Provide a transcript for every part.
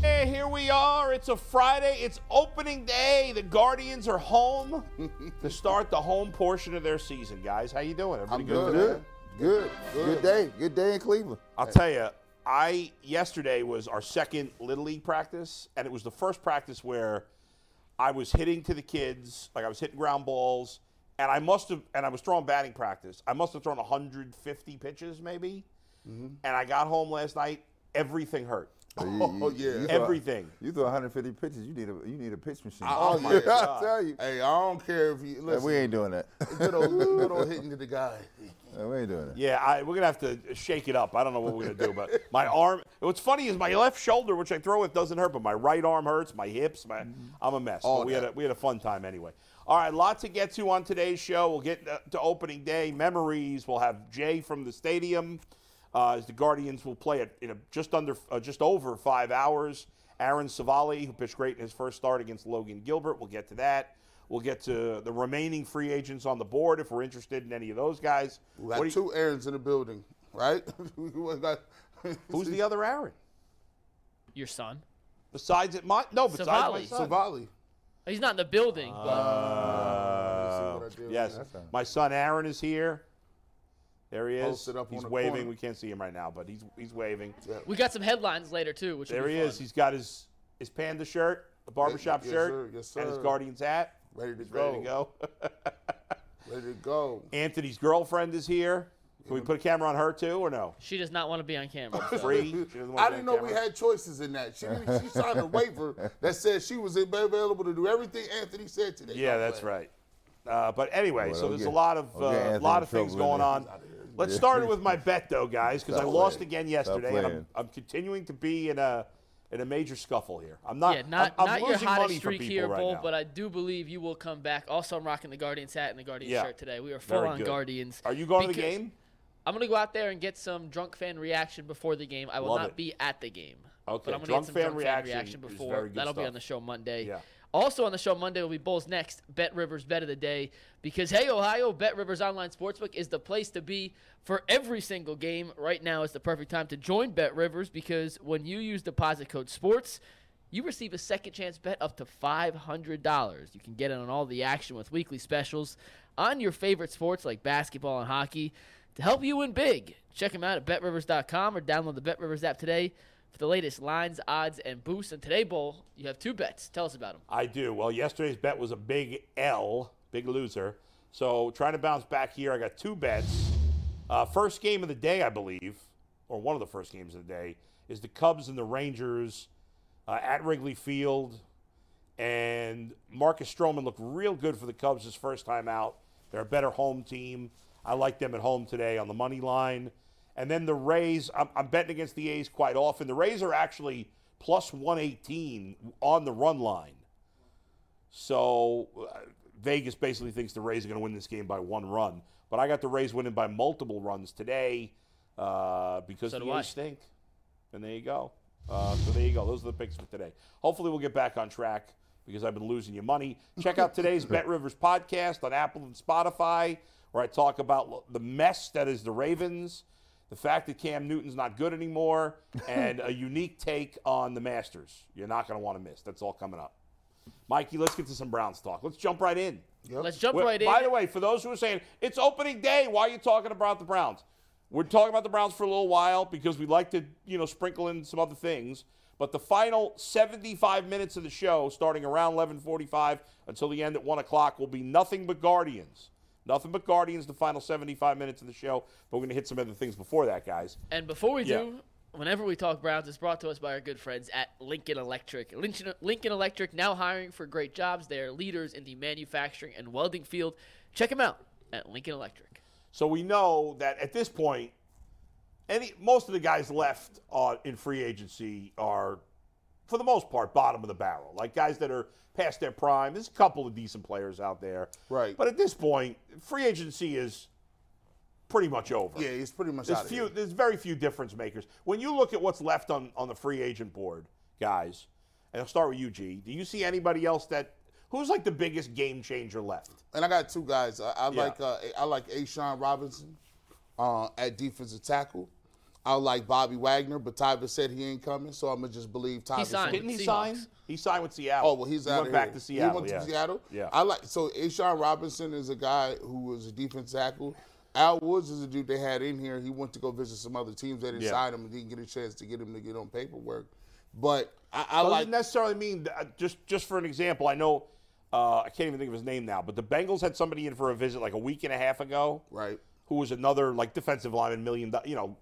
Hey, here we are. It's a Friday. It's opening day. The Guardians are home to start the home portion of their season, guys. How you doing? Everybody I'm good? good. Good. Good. Good day. Good day in Cleveland. I'll tell you, I yesterday was our second little league practice, and it was the first practice where I was hitting to the kids, like I was hitting ground balls, and I must have, and I was throwing batting practice. I must have thrown 150 pitches, maybe. And I got home last night. Everything hurt. Oh yeah. Everything. You throw 150 pitches. You need a you need a pitch machine. Oh, my I'll God. tell you. Hey, I don't care if you Man, listen. we ain't doing that. good, old, good old hitting to the guy. Man, we ain't doing that. Yeah, I, we're gonna have to shake it up. I don't know what we're gonna do, but my arm. What's funny is my left shoulder, which I throw with, doesn't hurt, but my right arm hurts. My hips, my I'm a mess. All but we had that. a, we had a fun time anyway. All right, lot to get to on today's show. We'll get uh, to opening day memories. We'll have Jay from the stadium uh, as the Guardians will play it in a, just under uh, just over five hours. Aaron Savali, who pitched great in his first start against Logan Gilbert, we'll get to that. We'll get to the remaining free agents on the board if we're interested in any of those guys. We What do got you- two errands in the building, right? We got- Who's the other Aaron? Your son? Besides it, my no. Besides my Savali. son. Savali. He's not in the building. Uh, Let's see what I did yes, with my son Aaron is here. There he is. Posted up He's on the waving. corner. We can't see him right now, but he's he's waving. we got some headlines later too, which will There be he fun. is. He's got his his panda shirt, the barbershop yes, shirt, sir. Yes, and his sir. Guardians hat. Ready to He's ready to go. go. Ready to go. Anthony's girlfriend is here. Can we put a camera on her too, or no? She does not want to be on camera. so- Free. She doesn't want I to be on didn't know we camera. had choices in that. She, didn't- she signed a waiver that said she was available to do everything Anthony said today. Yeah, that's right. Uh, but anyway, Well, so don't there's a get- lot of don't get uh, Anthony lot of in trouble things in going there. on. Let's Yeah. start it with my bet though, guys, because I Stop lost playing. again yesterday, and I'm, playing. I'm continuing to be in a in a major scuffle here. I'm not. yeah, not I'm, I'm not your losing hottest money for streak people here, right Bull, now. but I do believe you will come back. Also, I'm rocking the Guardians hat and the Guardians Yeah. shirt today. We are Very full on good. Guardians. Are you going to the because- game? I'm gonna go out there and get some drunk fan reaction before the game. I will Love not it. be at the game. Okay, but I'm gonna drunk get some fan drunk reaction fan reaction is before. very good That'll be stuff. on the show Monday. Yeah. Also on the show Monday will be Bulls next Bet Rivers Bet of the Day because hey Ohio Bet Rivers Online Sportsbook is the place to be for every single game. Right now is the perfect time to join Bet Rivers because when you use deposit code Sports. You receive a second chance bet up to $500. You can get in on all the action with weekly specials on your favorite sports like basketball and hockey to help you win big. Check them out at betrivers.com or download the BetRivers app today for the latest lines, odds, and boosts. And today, Bull, you have two bets. Tell us about them. I do. Well, yesterday's bet was a big L, big loser. So trying to bounce back here, I got two bets. Uh, first game of the day, I believe, or one of the first games of the day, is the Cubs and the Rangers uh, at Wrigley Field. And Marcus Stroman looked real good for the Cubs his first time out. They're a better home team. I like them at home today on the money line. And then the Rays, I'm, I'm betting against the A's quite often. The Rays are actually plus 118 on the run line. So uh, Vegas basically thinks the Rays are going to win this game by one run. But I got the Rays winning by multiple runs today uh, because So the do I. A's stink. And there you go. Uh, so there you go. Those are the picks for today. Hopefully we'll get back on track because I've been losing you money. Check out today's Bet Rivers podcast on Apple and Spotify, where I talk about lo- the mess that is the Ravens, the fact that Cam Newton's not good anymore, and a unique take on the Masters. You're not going to want to miss. That's all coming up. Mikey, let's get to some Browns talk. Let's jump right in. Let's jump Well, right in. By the way, for those who are saying it's opening day, why are you talking about the Browns? We're talking about the Browns for a little while because we like to, you know, sprinkle in some other things. But the final 75 minutes of the show, starting around 11:45 until the end at one o'clock, will be nothing but Guardians. Nothing but Guardians. The final 75 minutes of the show. But we're going to hit some other things before that, guys. And before we Yeah. do, whenever we talk Browns, it's brought to us by our good friends at Lincoln Electric. Lincoln, Lincoln Electric now hiring for great jobs. They are leaders in the manufacturing and welding field. Check them out at Lincoln Electric. So we know that at this point, uh, any most of the guys left on in free agency are for the most part, bottom of the barrel, like guys that are past their prime. There's a couple of decent players out there, Right. But at this point, free agency is pretty much over. Yeah, he's pretty much There's out few. of here. There's very few difference makers. When you look at what's left on on the free agent board, guys, and I'll start with you, G. Do you see anybody else that who's like the biggest game changer left? And I got two guys. I, I Yeah. like uh, I like Ashawn Robinson uh, at defensive tackle. I like Bobby Wagner, but Tyvus said he ain't coming, so I'm gonna just believe Tyvus. signed. Didn't he Seahawks. sign? He signed with Seattle. Oh well, he's he out. went of back here. to Seattle. He went yeah. to Seattle. Yeah. I like so. Ashawn Robinson is a guy who was a defense tackle. Al Woods is a dude they had in here. He went to go visit some other teams. They didn't Yeah. sign him and didn't get a chance to get him to get on paperwork. But I, I doesn't like necessarily mean that, uh, just just for an example. I know uh, I can't even think of his name now, but the Bengals had somebody in for a visit like a week and a half ago, right. who was another like defensive lineman, million do- you know,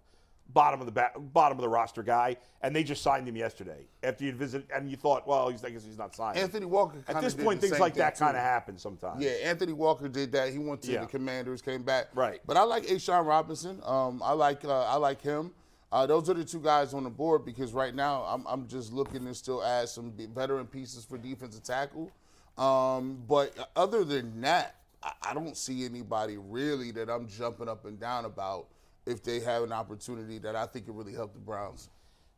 bottom of the ba- bottom of the roster guy, and they just signed him yesterday after you visit, and you thought, well, he's, I guess he's not signing. Anthony Walker. At kinda this did point, the things same like thing, that too. kind of happen sometimes. Yeah, Anthony Walker did that. He went to Yeah. the Commanders, came back. Right. But I like Ashawn Robinson. Um, I like uh, I like him. Uh, those are the two guys on the board because right now I'm, I'm just looking to still add some be- veteran pieces for defensive tackle. Um, but other than that, I, I don't see anybody really that I'm jumping up and down about if they have an opportunity that I think could really help the Browns.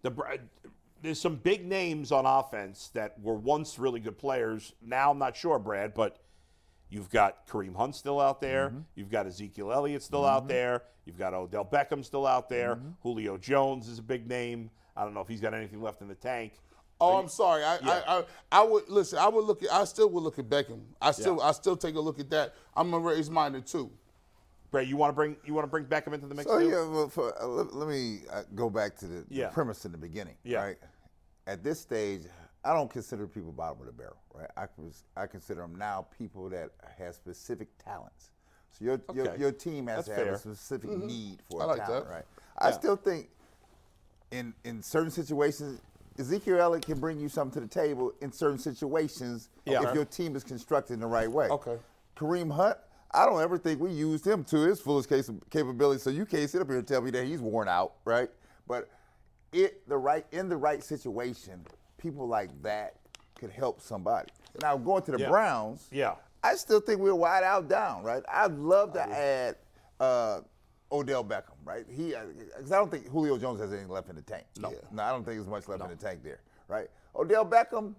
the Br- there's some big names on offense that were once really good players. Now I'm not sure, Brad, but you've got Kareem Hunt still out there. You've got Ezekiel Elliott still out there. You've got Odell Beckham still out there. Julio Jones is a big name. I don't know if he's got anything left in the tank. Oh, I'm sorry. I, I, I I would listen. I would look at. I still would look at Beckham. I still I still take a look at that. I'm gonna raise mine to two. Brad, you want to bring you want to bring Beckham into the mix So too? yeah, well, for, uh, let, let me uh, go back to the, the Yeah. premise in the beginning. Yeah. Right. At this stage, I don't consider people bottom of the barrel. Right. I cons- I consider them now people that have specific talents. So your your, Okay. your team has That's to have fair. Mm-hmm. a specific need for I a like talent. that. Right. I still think in in certain situations. Ezekiel Elliott can bring you something to the table in certain situations Yeah. if your team is constructed in the right way. Okay. Kareem Hunt, I don't ever think we used him to his fullest case capability. So you can't sit up here and tell me that he's worn out, right? But it the right in the right situation, people like that could help somebody. Now going to the Yeah. Browns, Yeah. I still think we're wide out down, right? I'd love to add uh, Odell Beckham, right? He, because I don't think Julio Jones has anything left in the tank. No, no, I don't think there's much left in the tank there, right? Odell Beckham,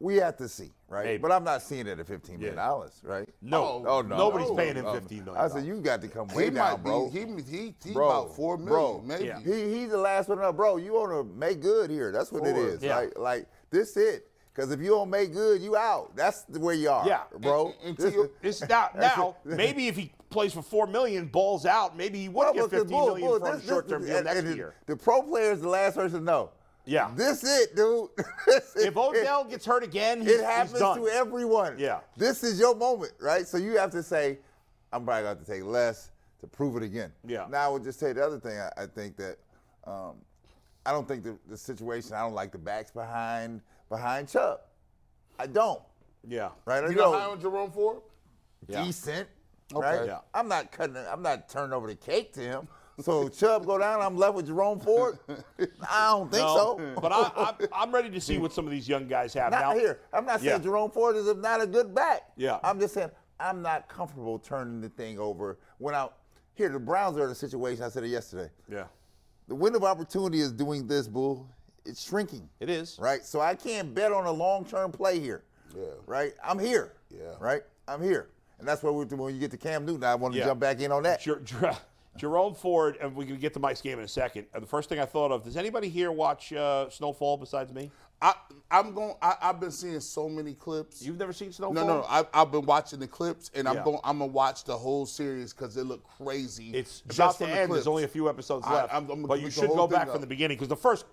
we have to see, right? Maybe. But I'm not seeing it at 15 million dollars, right? No. oh no, Nobody's no. paying him Oh, no. $15 million. I said you got to come way he down, might bro. be. He he, he Bro, about four million, bro. maybe. Yeah. He he's the last one up, bro. You want to make good here. That's what it Sure. is. Yeah. Like like this it. Cause if you don't make good, you out. That's the where you are. Yeah. bro. And- and to This- your- This now, now maybe if he plays for four million, balls out, maybe he would Well, get look, fifteen bull, million bull, from this- a this- short-term deal and- next and the- year. The pro player is the last person to know. Yeah. This it, dude. This If it. Odell gets hurt again, he's, it he's happens done. to everyone. Yeah. This is your moment, right? So you have to say, I'm probably going to have to take less to prove it again. Yeah. Now I would just say the other thing. I, I think that um, I don't think the, the situation. I don't like the backs behind behind Chubb. I don't. Yeah. Right. You You know know, how on Jerome Ford? Yeah. decent. Right. Yeah. I'm not cutting. I'm not turning over the cake to him. So Chubb go down. I'm left with Jerome Ford. I don't think No, so. but I, I'm, I'm ready to see what some of these young guys have Not now. here. I'm not saying Yeah. Jerome Ford is not a good back. Yeah. I'm just saying I'm not comfortable turning the thing over when I here the Browns are in a situation. I said it yesterday. Yeah, The window of opportunity is doing this, bull. It's shrinking. it is. Right. So I can't bet on a long-term play here. Yeah. Right. I'm here. Yeah. Right. I'm here. And that's what we're doing. When you get to Cam Newton, I want to Yeah. jump back in on that. Jer- Jer- Jerome Ford, and we can get to Mike's game in a second. Uh, The first thing I thought of: Does anybody here watch uh, Snowfall besides me? I I'm going. I, I've been seeing so many clips. You've never seen Snowfall? no, no, no. I, I've been watching the clips, and Yeah. I'm going. I'm gonna watch the whole series because it looked crazy. It's just about from to the end. clips. There's only a few episodes I- left, I'm- I'm gonna but you look the should whole go thing back up. from the beginning because the first,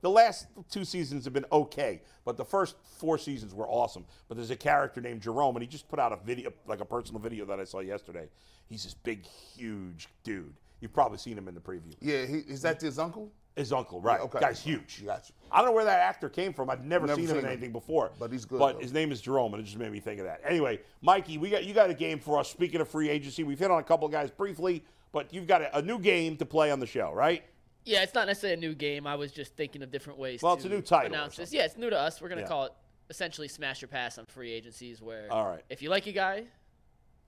the last two seasons have been okay, but the first four seasons were awesome. But there's a character named Jerome, and he just put out a video, like a personal video that I saw yesterday. He's this big, huge dude. You've probably seen him in the preview. Yeah, he, is that his uncle? His uncle, right? okay. Guy's huge. Gotcha. I don't know where that actor came from. I've never, Never seen, him seen in him. anything before. But he's good, But though. his name is Jerome, and it just made me think of that. Anyway, Mikey, we got you got a game for us. Speaking of free agency, we've hit on a couple of guys briefly, but you've got a, a new game to play on the show, right? Yeah, it's not necessarily a new game. I was just thinking of different ways. Well, to it's a new title or Announce this. something. Yeah, it's new to us. We're gonna Yeah. call it essentially smash or pass on free agencies, where All right. if you like a guy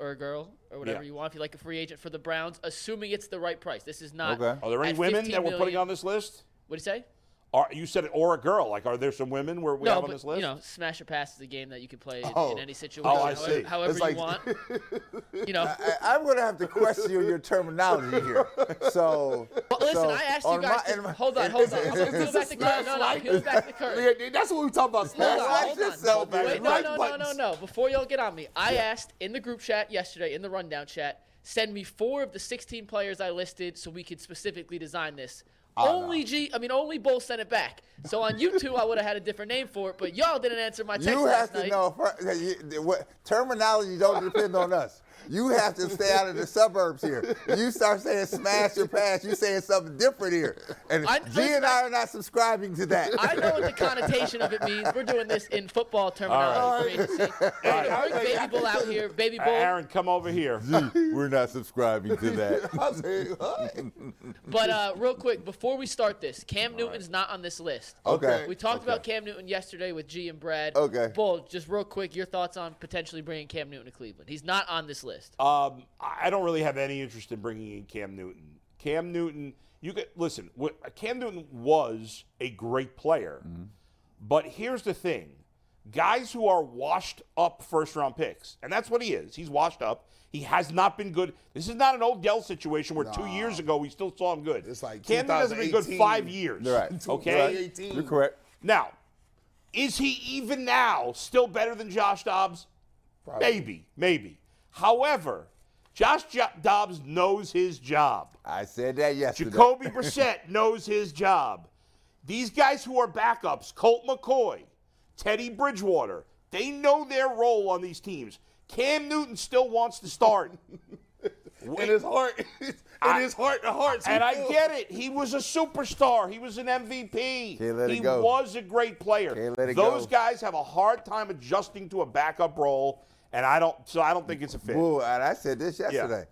or a girl or whatever Yeah. you want, if you like a free agent for the Browns, assuming it's the right price. This is not. Okay. Are there any at women 15 that we're putting million- on this list? What'd you say? Are you said or a girl? Like, are there some women where we no, have but on this list? you know, smash or pass is a game that you can play in- Oh. in any situation, Oh, I however, see. however It's you like- want. You know, I, am gonna have to question your terminology here. So, but listen, so I asked you on guys. my- to, in my- hold on, hold on. I'm gonna peel back the curtain. No, no, peel back the curtain. Yeah, that's what we talk about. Hold Smash on, Relax hold on. yourself, Hold on. man. Wait, no, Right no, no, no, buttons. no. Before y'all get on me, I asked in the group chat yesterday, in the rundown chat, send me four of the 16 players I listed so we could specifically design this. only G, I mean, only Bull sent it back. So on you two, I would have had a different name for it, but y'all didn't answer my text you last have to night. know fir- that you- that what terminology don't depend on us. You have to stay out of the suburbs here. You start saying smash or pass, you saying something different here. And I- G and I are not subscribing to that. I know what the connotation of it means. We're doing this in football terminology. for agency. We're gonna bring Baby Bull out here. Baby A- Bull. Uh, Aaron, come over here. We're not subscribing to that. I said, huh? But uh, real quick, before we start this, Cam Newton's not on this list. Okay. We talked about Cam Newton yesterday with G and Brad. Okay. Bull, just real quick, your thoughts on potentially bringing Cam Newton to Cleveland? He's not on this list. Um, I I don't really have any interest in bringing in Cam Newton. Cam Newton, you could listen. wh- Cam Newton was a great player, Mm-hmm. but here's the thing: guys who are washed up first round picks, and that's what he is. He's washed up. He has not been good. This is not an Odell situation where two years ago we still saw him good. It's like Cam Newton hasn't been good 2018. five years. Right. Okay. Right. 18. You're correct. Now, is he even now still better than Josh Dobbs? Maybe, maybe. However, Josh Jo- Dobbs knows his job. I said that yesterday. Jacoby Brissett knows his job. These guys who are backups, Colt McCoy, Teddy Bridgewater, they know their role on these teams. Cam Newton still wants to start. in his heart, in I- his heart, the hearts. he And I feels. get it. He was a superstar. He was an MVP. Can't let it he go. was a great player. Can't let it Those go. guys have a hard time adjusting to a backup role, and I don't. So I don't think it's a fit. Well, and I said this yesterday.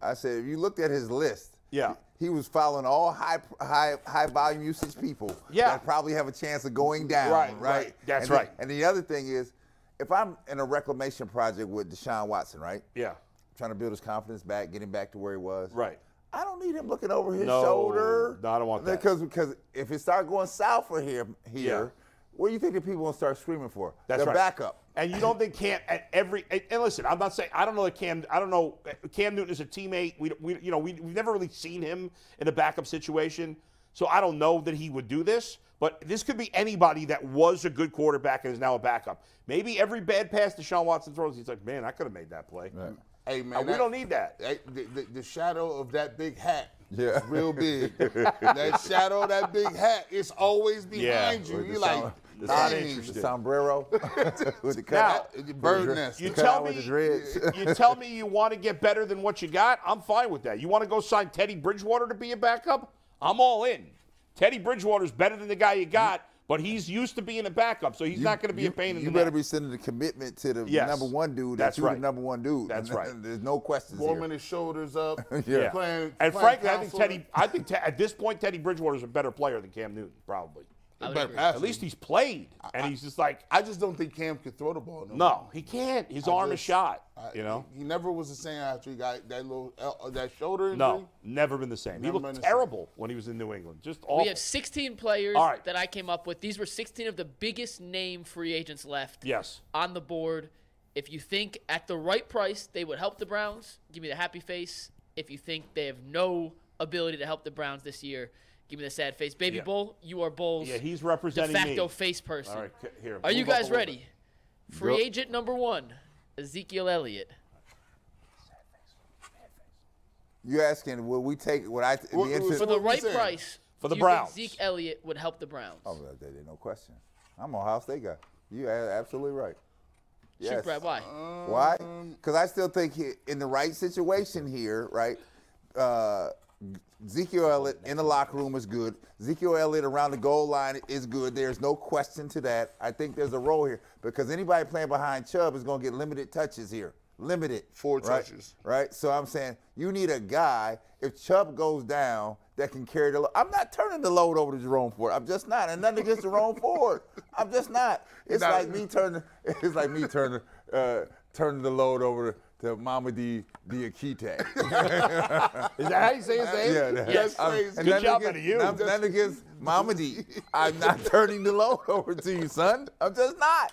I said if you looked at his list, Yeah. he was following all high high high volume usage people Yeah. that probably have a chance of going down. Right, right. right. That's And the- right. and the other thing is, if I'm in a reclamation project with Deshaun Watson, right, Yeah. trying to build his confidence back, get him back to where he was, Right. I don't need him looking over his No, shoulder. no, I don't want that. Because because if it start going south for him here, what do you think the people gonna start screaming for? That's the right. backup. And you don't think Cam at every and, and listen, I'm not saying I don't know that Cam I don't know Cam Newton is a teammate. We, we you know we, we've never really seen him in a backup situation, so I don't know that he would do this. But this could be anybody that was a good quarterback and is now a backup. Maybe every bad pass Deshaun Watson throws, he's like, man, I could have made that play. Hey man, And we that- don't need that. that- the, the- the shadow of that big hat. Yeah. is real big. that shadow, of that big hat, it's always behind With you. You the like, som- the not dang, som- interested. The sombrero with the Now, cut. the bird nest. You Cut tell out me with the dreads. you tell me you want to get better than what you got. I'm fine with that. You want to go sign Teddy Bridgewater to be a backup? I'm all in. Teddy Bridgewater's better than the guy you got, but he's used to being a backup, so he's not going to be you, a pain in You the better neck. be sending the commitment to the Yes. number one dude. That's that you right. the number one dude. That's right. There's no questions warming here. his shoulders up. Yeah. playing, and playing frankly, I think counselor. Teddy. I think te- at this point, Teddy Bridgewater's a better player than Cam Newton, probably. I would better agree. pass At him. least he's played, and he's just like, I just don't think Cam could throw the ball. No, more. no, he can't. His arm is just- shot. I- you know. he, he never was the same after he got that little uh, that shoulder injury. No, never been the same. Never he been the looked same. terrible when he was in New England. Just awful. We have 16 players All right. that I came up with. These were 16 of the biggest name free agents left yes. on the board. If you think at the right price they would help the Browns, give me the happy face. If you think they have no ability to help the Browns this year, give me the sad face. Baby Yeah. Bull, you are Bull's Yeah, he's de representing facto me. face person. All right, c- here. Are you move up a guys little ready? bit. Free agent number one, Ezekiel Elliott. You asking will we take what I Well, the it was- interest? For the what we right said. price, For the do you think Browns. Zeke Elliott would help the Browns. Oh, well, there ain't no question. I'm on Ohio State guy. You are absolutely right. Shoot, Yes. Brad, why? Uh, Why? Um, Because I still think he, in the right situation here, right? Uh, Ezekiel Elliott in the locker room is good. Ezekiel Elliott around the goal line is good. There's no question to that. I think there's a role here because anybody playing behind Chubb is going to get limited touches here. limited. Four right? touches. Right? So I'm saying you need a guy, if Chubb goes down, that can carry the load. I'm not turning the load over to Jerome Ford. I'm just not. And nothing against Jerome Ford. I'm just not. It's Nah. like me turning it's like me turning uh, turning the load over to Mama D Diakite. Is that how you say his name? Yeah, that- Yes. I'm- Crazy. and Good nothing job against- out of you. Nothing, nothing against Mama D. I'm not turning the load over to you, son. I'm just not.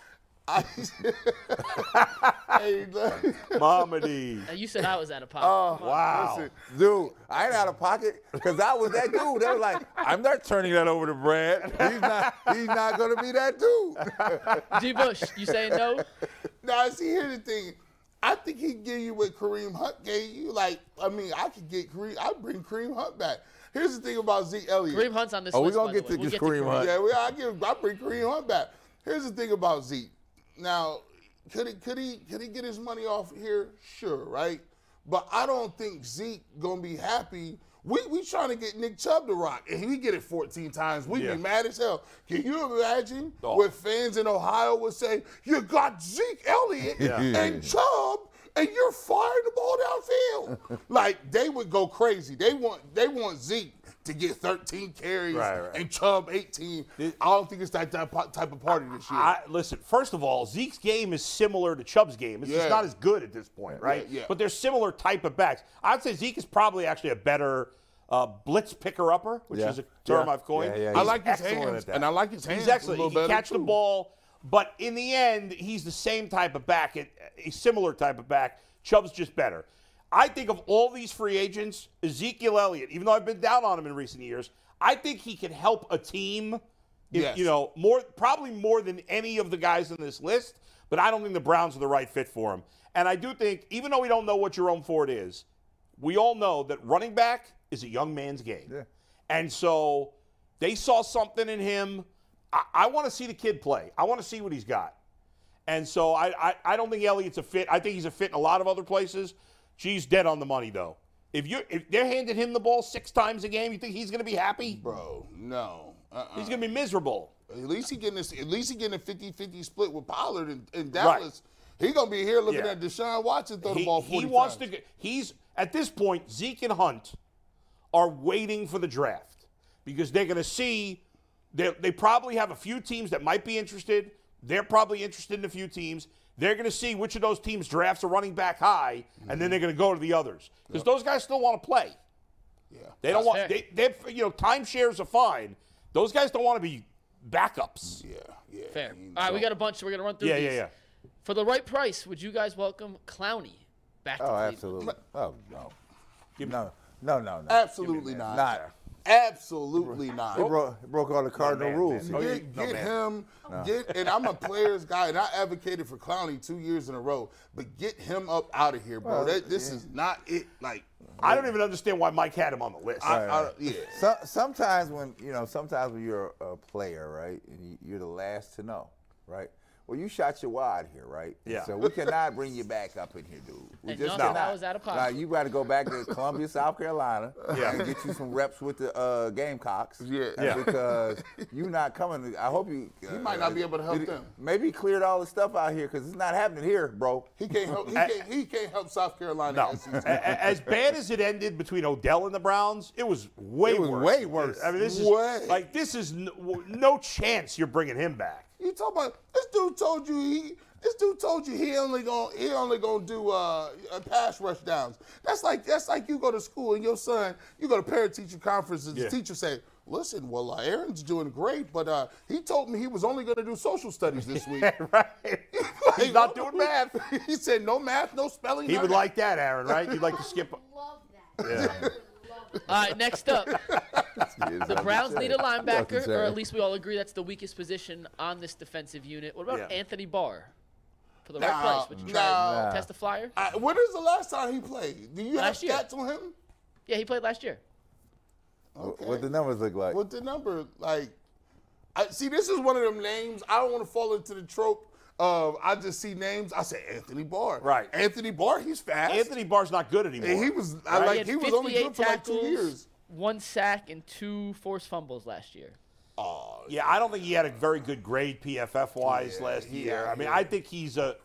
Hey, look. Mamadi. Now, you said I was out of pocket. Come on. Wow. Dude, I ain't out of pocket because I was that dude. They were like, I'm not turning that over to Brad. He's not, he's not going to be that dude. oh. D. Bush, you saying no? Now, see, here's the thing. I think he give you what Kareem Hunt gave you. Like, I mean, I could get Kareem. I bring Kareem Hunt back. Here's the thing about Zeke Elliott. Kareem Hunt's on this Oh, we list. gonna by get the to way. We'll get get to Kareem Hunt. Yeah, well, I give. I bring Kareem Hunt back. Here's the thing about Zeke. Now, could he could he could he get his money off here? Sure, right. But I don't think Zeke gonna be happy. We we trying to get Nick Chubb to rock, and he get it 14 times. We Yeah. be mad as hell. Can you imagine Oh. what fans in Ohio would say? You got Zeke Elliott Yeah. and Chubb, and you're firing the ball downfield. like they would go crazy. They want they want Zeke to get 13 carries Right, right. and Chubb 18. I don't think it's that, that po- type of party this year. I, listen, first of all, Zeke's game is similar to Chubb's game. It's Yeah. just not as good at this point, right? yeah. But they're similar type of backs. I'd say Zeke is probably actually a better uh, blitz picker upper, which Yeah. is a term Yeah. I've coined. Yeah, yeah, I He's like his excellent hands, at that. and I like his hands. He's excellent. A He little can better, catch the too. ball, but in the end, he's the same type of back, and a similar type of back. Chubb's just better. I think of all these free agents, Ezekiel Elliott, even though I've been down on him in recent years, I think he can help a team. if- Yes. You know, more probably more than any of the guys in this list, but I don't think the Browns are the right fit for him. And I do think, even though we don't know what Jerome Ford is, we all know that running back is a young man's game. Yeah. And so they saw something in him. I, I want to see the kid play. I want to see what he's got. And so I, I, I don't think Elliott's a fit. I think he's a fit in a lot of other places. G's dead on the money though. If you if they're handing him the ball six times a game, you think he's gonna be happy? bro. No, uh-uh. He's gonna be miserable. at least he getting this. At least he getting a 50-50 split with Pollard in, in Dallas. He gonna be here looking Yeah. at Deshaun Watson throw He, the ball. 40 he wants times. to. go- He's at this point. Zeke and Hunt are waiting for the draft because they're going to see. They, they probably have a few teams that might be interested. They're probably interested in a few teams. They're going to see which of those teams drafts a running back high, and then they're going to go to the others because those guys still want to play. Yeah. They don't want. fair. They, they you know timeshares are fine. Those guys don't want to be backups. Yeah. Yeah. Fair. He- All right, we got a bunch, so we're gonna run through Yeah, these. yeah, yeah. For the right price, would you guys welcome Clowney back to Oh, Cleveland? absolutely. Oh, no. No, no, no, no. Absolutely not. Not. Absolutely not. It broke, it broke all the cardinal rules. Get, get him, get, and I'm a players guy, and I advocated for Clowney two years in a row. But get him up out of here, bro. Well, that, this is not it. Like, I don't even understand why Mike had him on the list. I, I, yeah, So, sometimes when you know, sometimes when you're a player, right, and you, you're the last to know, right? Well, you shot your wad here, right? And Yeah. So we cannot bring you back up in here, dude. We And just nothing cannot. I was out of pocket. Like, you got to go back to Columbia, South Carolina, Yeah. and get you some reps with the uh, Gamecocks. Yeah. Yeah. Because you're not coming. I hope you. He might not be able to help them. Maybe he cleared all the stuff out here because it's not happening here, bro. he can't help. He can't, he can't help South Carolina. E No. as he's- A- a- as bad as it ended between Odell and the Browns, it was way It was worse. way worse. I mean, this Way. is like this is no, w- no chance you're bringing him back. You talking about this dude told you he this dude told you he only gonna he only gonna do uh, uh, pass rush downs. That's like that's like you go to school and your son you go to parent teacher conferences. and The Yeah. teacher say, "Listen, well uh, Aaron's doing great, but uh, he told me he was only gonna do social studies this week. oh, right? He's not doing math. he said no math, no spelling. He none would of that." like that, Aaron. Right? You'd like to skip. love that. I would love that. All right, next up, the Browns need a linebacker, or Jerry. at least we all agree that's the weakest position on this defensive unit. What about Yeah. Anthony Barr? For the Nah, right price, would you try nah. to test the flyer? I, when is the last time he played? Do you have Last year. stats on him? Yeah, he played last year. Okay. What the numbers look like? What the number like? I see. This is one of them names. I don't want to fall into the trope of I just see names. I say Anthony Barr. Right. Anthony Barr. He's fast. Anthony Barr's not good anymore. And he was. I Right. like. He was only good for like two years. one sack, and two forced fumbles last year. Yeah, I don't think he had a very good grade PFF wise last year. I mean, I think he's a.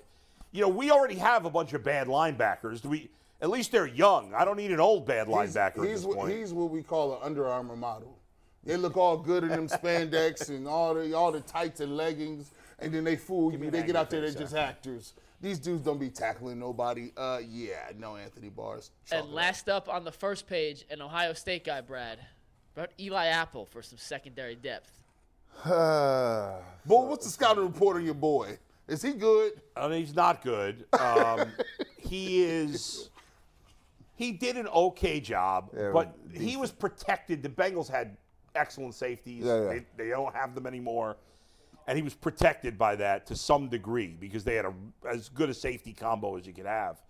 you know, we already have a bunch of bad linebackers. Do we? At least they're young. I don't need an old bad He's- linebacker at He's, this what- point. he's what we call an Under Armour model. They look all good in them spandex and all the all the tights and leggings, and then they fool you. They get out there, they're just actors. These dudes don't be tackling nobody. Uh, yeah, no Anthony Barr's. And last up on the first page, an Ohio State guy, Brad, brought Eli Apple for some secondary depth. Boy, what's the scouting report on your boy? Is he good? I mean, he's not good. Um, he is. He did an okay job, but he was protected. The Bengals had excellent safeties. Yeah, yeah. They, they don't have them anymore, and he was protected by that to some degree because they had a as good a safety combo as you could have.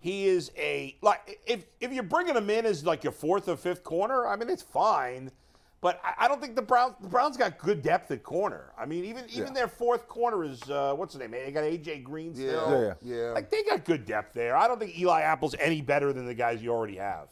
He is a like if if you're bringing him in as like your fourth or fifth corner, I mean it's fine, but I, I don't think the Browns the Browns got good depth at corner. I mean even even their fourth corner is uh, what's his name? They got AJ Green still. Yeah, yeah. Like they got good depth there. I don't think Eli Apple's any better than the guys you already have.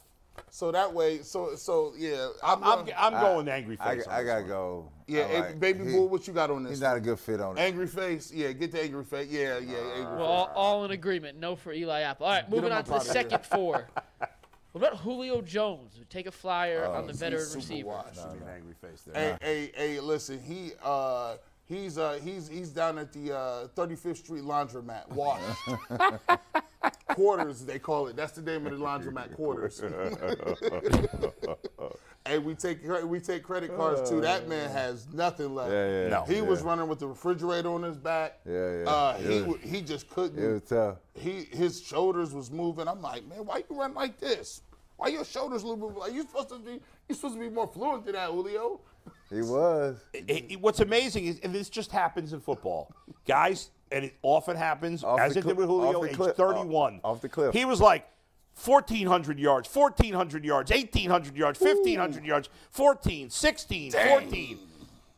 So that way, so so yeah, I'm, I'm gonna- I'm going angry I, face. on I this gotta one. go. yeah, I like- baby he- bull, what you got on this? He's not a good fit on it. angry face, yeah, get the angry face, yeah, yeah, angry Well, all, all in agreement. No for Eli Apple. All right, moving him on up to the outta here. second four. What about Julio Jones? Who take a flyer on the face. veteran He's super receiver. washed. Should be an angry face there. Hey, hey, hey, listen, he uh he's uh he's he's down at the uh 35th Street laundromat, wash. quarters, they call it. That's the name of the laundromat quarters. hey, we take cre- we take credit cards too. That man has nothing left. Uh. Yeah, yeah, No. He was yeah. running with the refrigerator on his back. Yeah, yeah. Uh, It he was- wa- he just couldn't It was tough. he his shoulders was moving. I'm like, man, why you run like this? Why your shoulders a little bit? Like you supposed to be you supposed to be more fluent than that, Julio. He was. it- it- what's amazing is, and this just happens in football, guys, and it often happens Off as the it did cli- with off Julio, the age cliff, off- 31. off the cliff. He was like 1,400 yards, 1,400 yards, 1,800 yards, 1,500 yards, 14, 16, 14,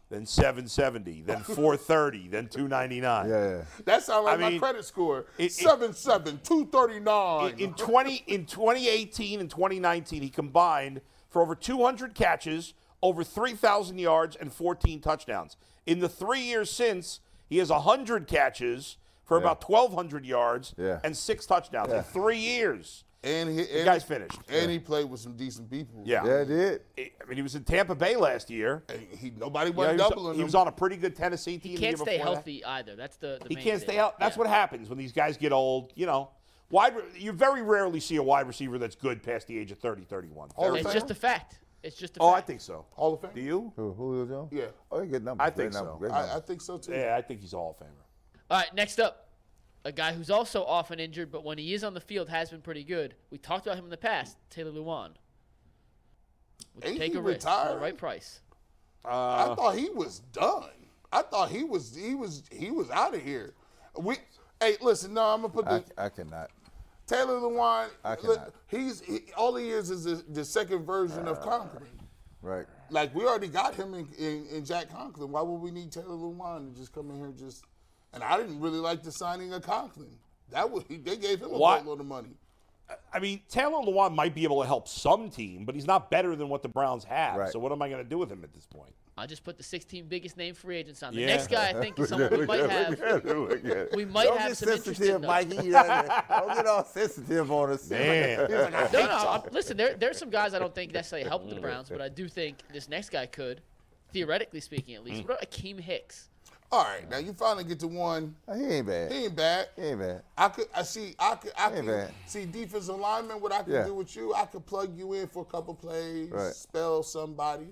then 770, then 430, then 299. Yeah. That sounds like I my mean, credit score. it- it- seven seven two thirty nine. In, in 20 in 2018 and 2019, he combined for over 200 catches, over 3,000 yards, and 14 touchdowns. In the three years since, he has 100 catches for about 1,200 yards Yeah. and six touchdowns in three years. and he, The and, guy's finished. and he played with some decent people. Yeah. Yeah, it did. I I mean, he was in Tampa Bay last year. And he nobody Yeah, wasn't he, was, doubling he was him. on a pretty good Tennessee team. He the can't year stay before that. healthy either. That's the, the He main can't thing. stay out. That's Yeah. what happens when these guys get old. You know, wide. re- You very rarely see a wide receiver that's good past the age of 30, 31. Hall of It's Fame? just a fact. It's just a Oh, I fact. think so. Hall of Fame. Do you? Who, Julio Jones? Yeah. Oh, he good number. I think number. so. Great number. I, I think so too. Yeah, I think he's a Hall of Famer. All right, next up, a guy who's also often injured, but when he is on the field, has been pretty good. We talked about him in the past, Taylor Luan. Would you Ain't take he a risk for the retiring? right price. I thought he was done. I thought he was he was he was out of here. We hey listen, no, I'm gonna put the I, I cannot. Taylor Lewan, I look, cannot. he's he, all he is is the, the second version Uh, of Conklin. Right. Like we already got him in, in, in Jack Conklin. Why would we need Taylor Lewan to just come in here and just? And I didn't really like the signing of Conklin. That was he, they gave him a Why- boatload of money. I mean, Taylor Lewan might be able to help some team, but he's not better than what the Browns have. Right. So what am I going to do with him at this point? I just put the 16 biggest name free agents on. The Yeah. next guy I think is someone we might have. We might Don't have get some interest in. sensitive, though. Mikey. You know, Don't get all sensitive on us. Man, No, no. I'm, listen, there, there's some guys I don't think necessarily helped the Browns, but I do think this next guy could, theoretically speaking, at least. Hmm. What about Akeem Hicks? All right, now you finally get to one. He ain't bad. He ain't bad. He ain't bad. I could I see I could I Hey, could man. see defensive lineman. What I could Yeah. do with you, I could plug you in for a couple plays, Right. spell somebody.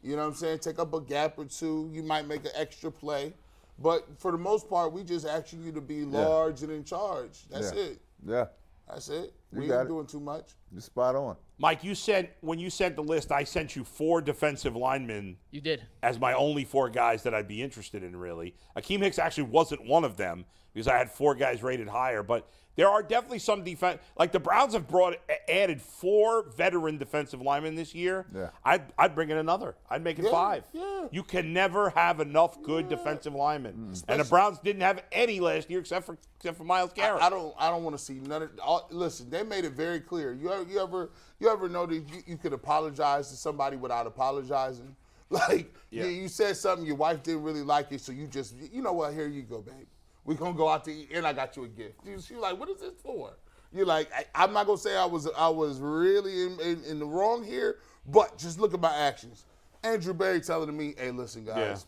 You know what I'm saying? Take up a gap or two. You might make an extra play, but for the most part, we just asking you to be large and in charge. That's Yeah. it. Yeah. That's it. You we got ain't it. doing too much. You spot on. Mike, you sent when you sent the list, I sent you four defensive linemen You did. as my only four guys that I'd be interested in, really. Akeem Hicks actually wasn't one of them because I had four guys rated higher, but there are definitely some defense. Like the Browns have brought a- added four veteran defensive linemen this year. Yeah. I'd, I'd bring in another. I'd make it five. yeah. Mm. You can never have enough good defensive linemen. And the Browns didn't have any last year except for except for Miles Garrett. I, I don't. I don't want to see none of. All, listen, they made it very clear. You ever, you ever, you ever know that you, you could apologize to somebody without apologizing? Like you, you said something, your wife didn't really like it, so you just, you know what? Here you go, babe. we gonna go out to eat, and I got you a gift. She, she like, what is this for? You're like, I, I'm not gonna say I was I was really in, in, in the wrong here, but just look at my actions. Andrew Barry telling me, hey, listen, Yeah. guys,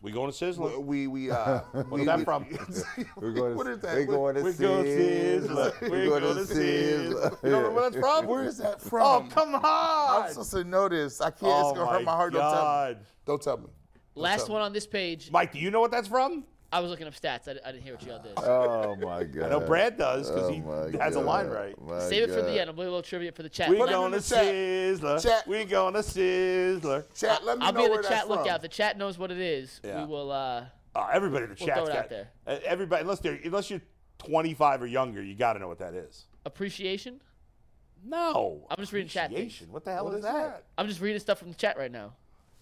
We going to Sizzler. we we uh, Where's that from? We're going to, what is that? We're going to We're going to Sizzler. Sizzler. We're going to Sizzler. You don't remember where that's from? Where is that from? Oh, come on. I'm supposed to know this. I can't. Oh, it's gonna hurt my heart. God. Don't tell me. Don't tell me. Last one on this page. Mike, do you know what that's from? I was looking up stats. I, di- I didn't hear what y'all did. Oh my God! I know Brad does because Oh, he my has a line God. right. My Save it for God. the end. I'm doing a little trivia for the chat. We Put it in going to the chat. Sizzler. Chat. We going to Sizzler. Chat. Let me I'll know be in where the chat that's lookout. from. The chat knows what it is. Yeah. We will. Uh, Uh, everybody in the We'll chat's throw it got out there. Uh, Everybody, unless they're unless you're 25 or younger, you got to know what that is. appreciation. No, I'm just reading chat things. Appreciation. What the hell What is, is that? I'm just reading stuff from the chat right now.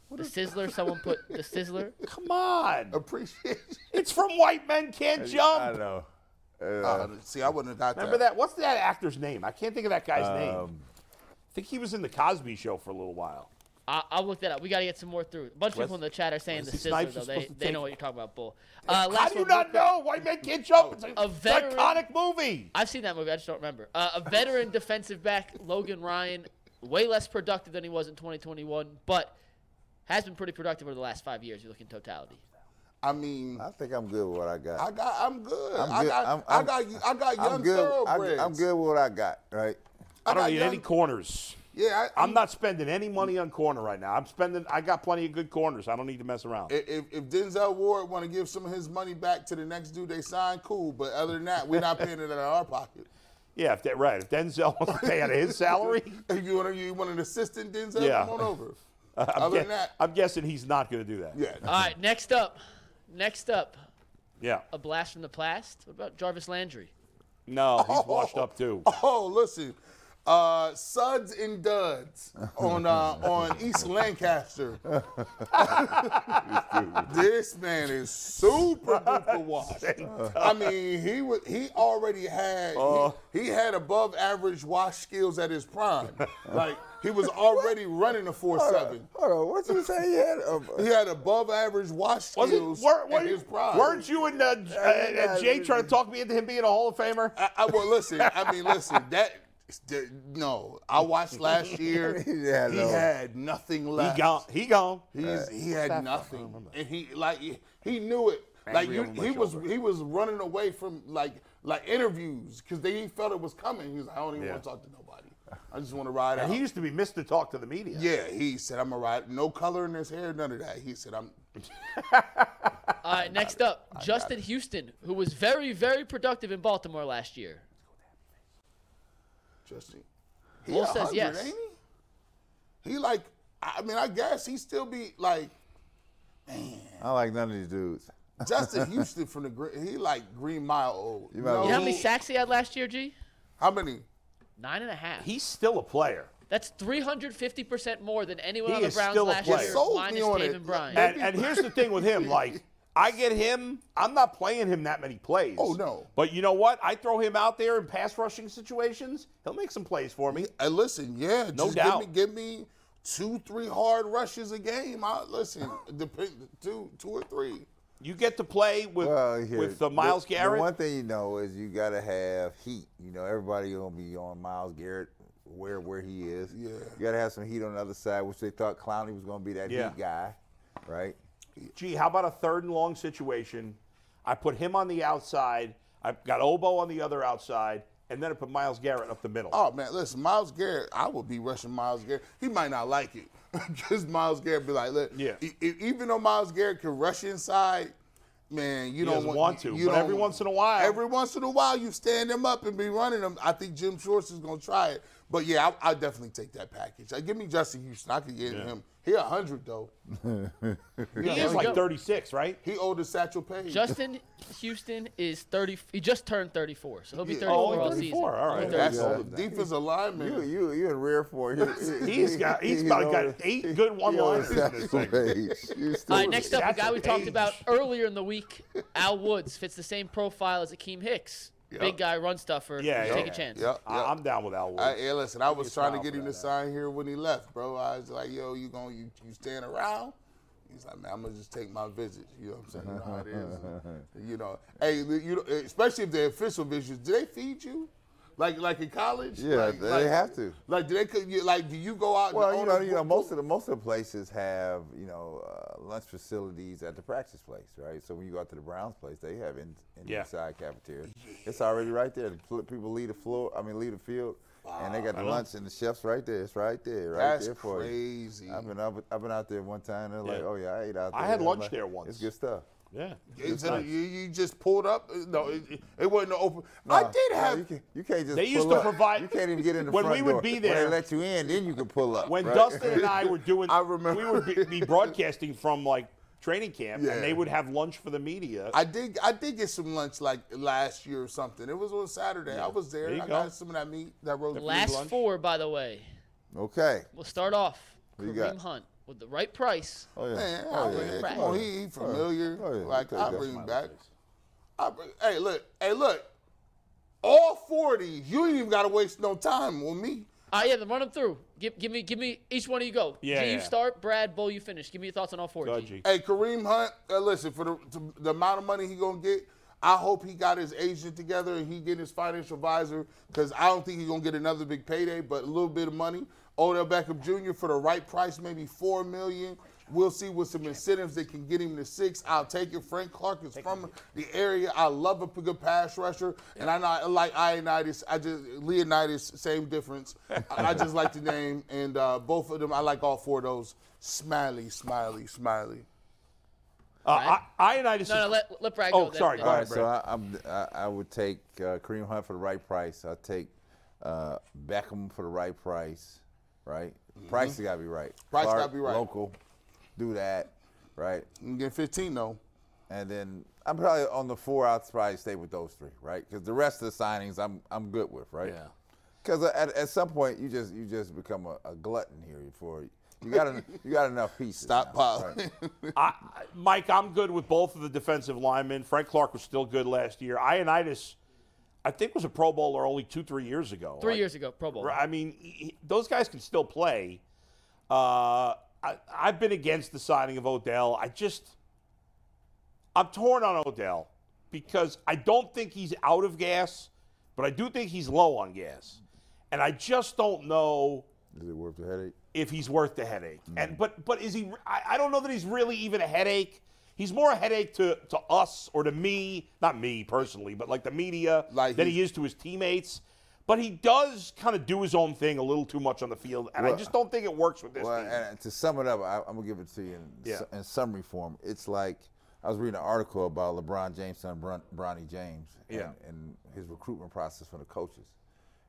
The sizzler. Someone put the sizzler. Come on, Appreciation. it's from White Men Can't I Jump. know. Ah, Uh, see, I wouldn't have got Remember that? What's that actor's name? I can't think of that guy's name. I think he was in the Cosby Show for a little while. I, I'll look that up. We got to get some more through. A bunch of people in the chat are saying the Wesley sizzler Snipes though. is They, supposed to they know take- what you're talking about, Bull. Uh, How last do you one, real not quick. know White Men Can't Jump? It's a, A it's an veteran- iconic movie. I've seen that movie. I just don't remember. Uh, a veteran defensive back, Logan Ryan, way less productive than he was in 2021, but has been pretty productive over the last five years. You look in totality. I mean, I think I'm good with what I got. I got. I'm good. I'm i good. got. I'm- i I'm- got. I got young I'm good. thoroughbreds. I, am good with what I got. Right. I don't got need young- any corners. Yeah, I, I'm not spending any money on corner right now. I'm spending. I got plenty of good corners. I don't need to mess around. If, if- if Denzel Ward want to give some of his money back to the next dude they signed, cool. But other than that, we're not paying it out of our pocket. Yeah, if that right. If Denzel wants to pay out of his salary, If you want, you want an assistant Denzel, Yeah. come on over. I'm, Other than gue- that- I'm guessing he's not going to do that. Yeah. All right, next up. Next up, Yeah. a blast from the past. What about Jarvis Landry? No, he's washed up too. Oh, listen, uh, Suds and Duds on uh, on East Lancaster. this man is super duper washed. I mean, he was he already had he- Oh. he, had above average wash skills at his prime. Like he was already running a four seven. Hold on. What you say? He had a- He had above average wash Was it, skills were, were at you, his prime. weren't you and, uh, J- uh, uh, Jay trying to talk me into him being a Hall of Famer? I, I well, listen. I mean, listen. That the- no, I watched last year. He had he no- had nothing left. He gone. He gone. He's, he had nothing, and he like he, he knew it. Like you, over my he was shoulder. he was running away from like like interviews because they he felt it was coming. He was like, I don't even Yeah. want to talk to nobody. I just want to ride out. And he used to be missed to talk to the media. yeah, he said I'm a ride. No color in his hair, none of that. He said I'm. All right, next up, Justin Houston, who was very, very productive in Baltimore last year. Justin. Bull a says hundred, yes. ain't he? He like I mean I guess he still be like I don't like none of these dudes. Justin Houston from the Green, he like Green Mile old. You might- You know how Oh. many sacks he had last year, G? How many? Nine and a half. He's still a player. That's 350% more than anyone He on the is Browns still a last player. year, Sold me minus on Taven it. Bryan. And, and here's the thing with him, like I get him. I'm not playing him that many plays. Oh, no. But you know what? I throw him out there in pass rushing situations. He'll make some plays for me. Hey, listen, yeah, just doubt. Give me, give me two, three hard rushes a game. I listen, depend two, two or three. You get to play with Well, here, with the Miles Garrett. The one thing you know is you gotta have heat. You know, everybody gonna be on Miles Garrett where where he is. Yeah. You gotta have some heat on the other side, which they thought Clowney was gonna be that Yeah. heat guy, right? gee, how about a third and long situation? I put him on the outside. I've got Oboe on the other outside, and then I put Miles Garrett up the middle. Oh man, listen, Miles Garrett, I would be rushing Miles Garrett. He might not like it because Miles Garrett be like, look, Yeah. e- e- even though Miles Garrett can rush inside, man, you don't doesn't want to, but every once in a while- every once in a while, you stand him up and be running him. I think Jim Schwartz is gonna try it, but yeah, I, I definitely take that package. Like, give me Justin Houston, I could get him. He a hundred though. he is like go. 36, right? He older Satchel Paige. Justin Houston is 30. He just turned 34, so he'll be 34 Oh, all only season. 34. All right. That's Yeah. a defensive lineman. You you you in rear for you. He's got- he's probably got eight good one-liners in this thing. All right, next up, a That's guy a we talked page. about earlier in the week, Al Woods, fits the same profile as Akeem Hicks. Big guy, run stuffer. Yeah, take yeah. a chance. Yep, I- yep. I'm down with Al Woods. I, yeah, listen, I was trying to smile get for him to that, sign here when he left, bro. I was like, yo, you going you, you staying around? He's like, man, I'm gonna just take my visits. You know what I'm saying? You know how it is. you know, hey, li- you know, especially if they're official visits. Do they feed you? Like, like in college? Yeah, Like- they like- have to. Like, do they? cook you- Like, do you go out? and Well, you own know, a- you know, most of the most of the places have you know uh, lunch facilities at the practice place, right? So when you go out to the Browns place, they have in, in Yeah. inside cafeteria. It's already right there. The pl- people leave the floor. I mean, leave the field, and they got the lunch and the chefs right there. It's right there, right That's there for crazy. you. I've been up, I've been out there one time. They're like, Yeah. oh yeah, I ate out there. I had I'm lunch like, there once. It's good stuff. Yeah. Is it- you, you just pulled up? No, it, it- it wasn't an open. No, I did no, have. you, can, you can't just. They used pull to up. provide- You can't even get in the When front we would door. be When there- they let you in, then you can pull up. When right? Dustin and I were doing, I remember. we would be, be broadcasting from like training camp, Yeah. and they would have lunch for the media. I did. I did get some lunch like last year or something. It was on Saturday. I was there. There you I go. got some of that meat. That roast. Last beef. four, by the way. Okay. We'll start off Who you Kareem got? Hunt with the right price. Oh yeah. Man, oh, I yeah. bring it- Right. Come on, he, he familiar. Oh, yeah. Like Take I that. bring him back. I bring, hey, look, hey, look. All four of these, you ain't even gotta waste no time on me. Ah, yeah, then run them through. Give, give me, give me each one of you go. Yeah, G, yeah. you start. Brad, Bo, you finish. Give me your thoughts on all four. Oh, G. gee. Hey, Kareem Hunt. Uh, listen, for the, to, the amount of money he gonna get, I hope he got his agent together and he get his financial advisor because I don't think he's gonna get another big payday, but a little bit of money. Odell Beckham Jr. for the right price, maybe four million. We'll see with some incentives they can get him to six. I'll take it. Frank Clark is from the area. I love a good pass rusher, and I not, like Ionitis. I just Leonidas, same difference. I, I just like the name, and uh, both of them. I like all four of those. Smiley, smiley, smiley. Uh, I, Ionitis. No, is- no, let, let Brad go. Oh, then. sorry, Yeah. go All ahead. right, so I, I'm, I, I would take uh, Kareem Hunt for the right price. I'll take uh, Beckham for the right price, right? Price has got to be right. Price Clark, Mm-hmm. gotta be right. Local, do that, right? You can get 15 though. And then I'm probably on the four. I'll probably stay with those three, right? Because the rest of the signings I'm I'm good with, right? Yeah. Because at, at some point you just you just become a, a glutton here for you got en- you got enough pieces. Stop now, pile. right? I, Mike, I'm good with both of the defensive linemen. Frank Clark was still good last year. Ionitis, I think, was a Pro Bowler only two, three years ago. Three Like, years ago, Pro Bowl. I mean, he- he- those guys can still play. Uh, I, I've been against the signing of Odell. I just, I'm torn on Odell because I don't think he's out of gas, but I do think he's low on gas, and I just don't know Is it worth the headache? if he's worth the headache. Mm. And but but is he? I, I don't know that he's really even a headache. He's more a headache to, to us or to me, not me personally, but like the media Like than he- he is to his teammates. But he does kind of do his own thing a little too much on the field, and I Well- just don't think it works with this Well, team. and to sum it up, I, I'm gonna give it to you in, Yeah. su- in summary form. It's like I was reading an article about LeBron James and Bron- Bronny James, and, Yeah. and his recruitment process for the coaches.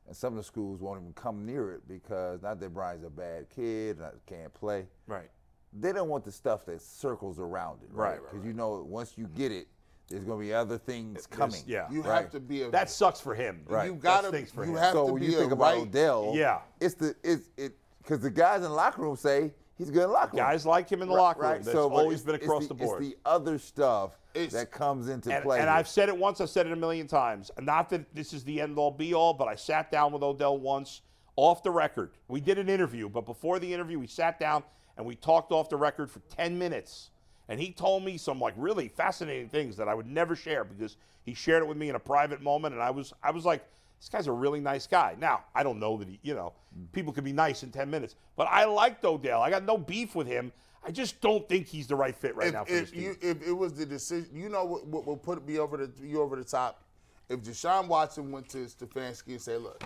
And some of the schools won't even come near it because not that Bronny's a bad kid, not can't play. right. They don't want the stuff that circles around it, Right, right? right, Because you know, once you get it, there's gonna be other things coming. yeah. You Right. have to be a. That sucks for him. You Right. gotta. stinks for you him. have so to when be you think a about right. Odell, Yeah. it's the it's it because the guys in the locker room say he's good in the locker room. Guys like him in the Right, locker room. right. That's So, but always it's- been it's across the, the, board. It's the other stuff It's- that comes into and, play. and here. I've said it once, I've said it a million times. And Not that this is the end all be all, but I sat down with Odell once off the record. We did an interview, but before the interview, we sat down and we talked off the record for 10 minutes. And he told me some like really fascinating things that I would never share because he shared it with me in a private moment and I was I was like this guy's a really nice guy. Now, I don't know that he, you know, Mm. people can be nice in 10 minutes, but I liked Odell. I got no beef with him. I just don't think he's the right fit right If, now for this if team. you, if it was the decision, you know what, what will put me over the you over the top. If Deshaun Watson went to Stefanski and say, "Look,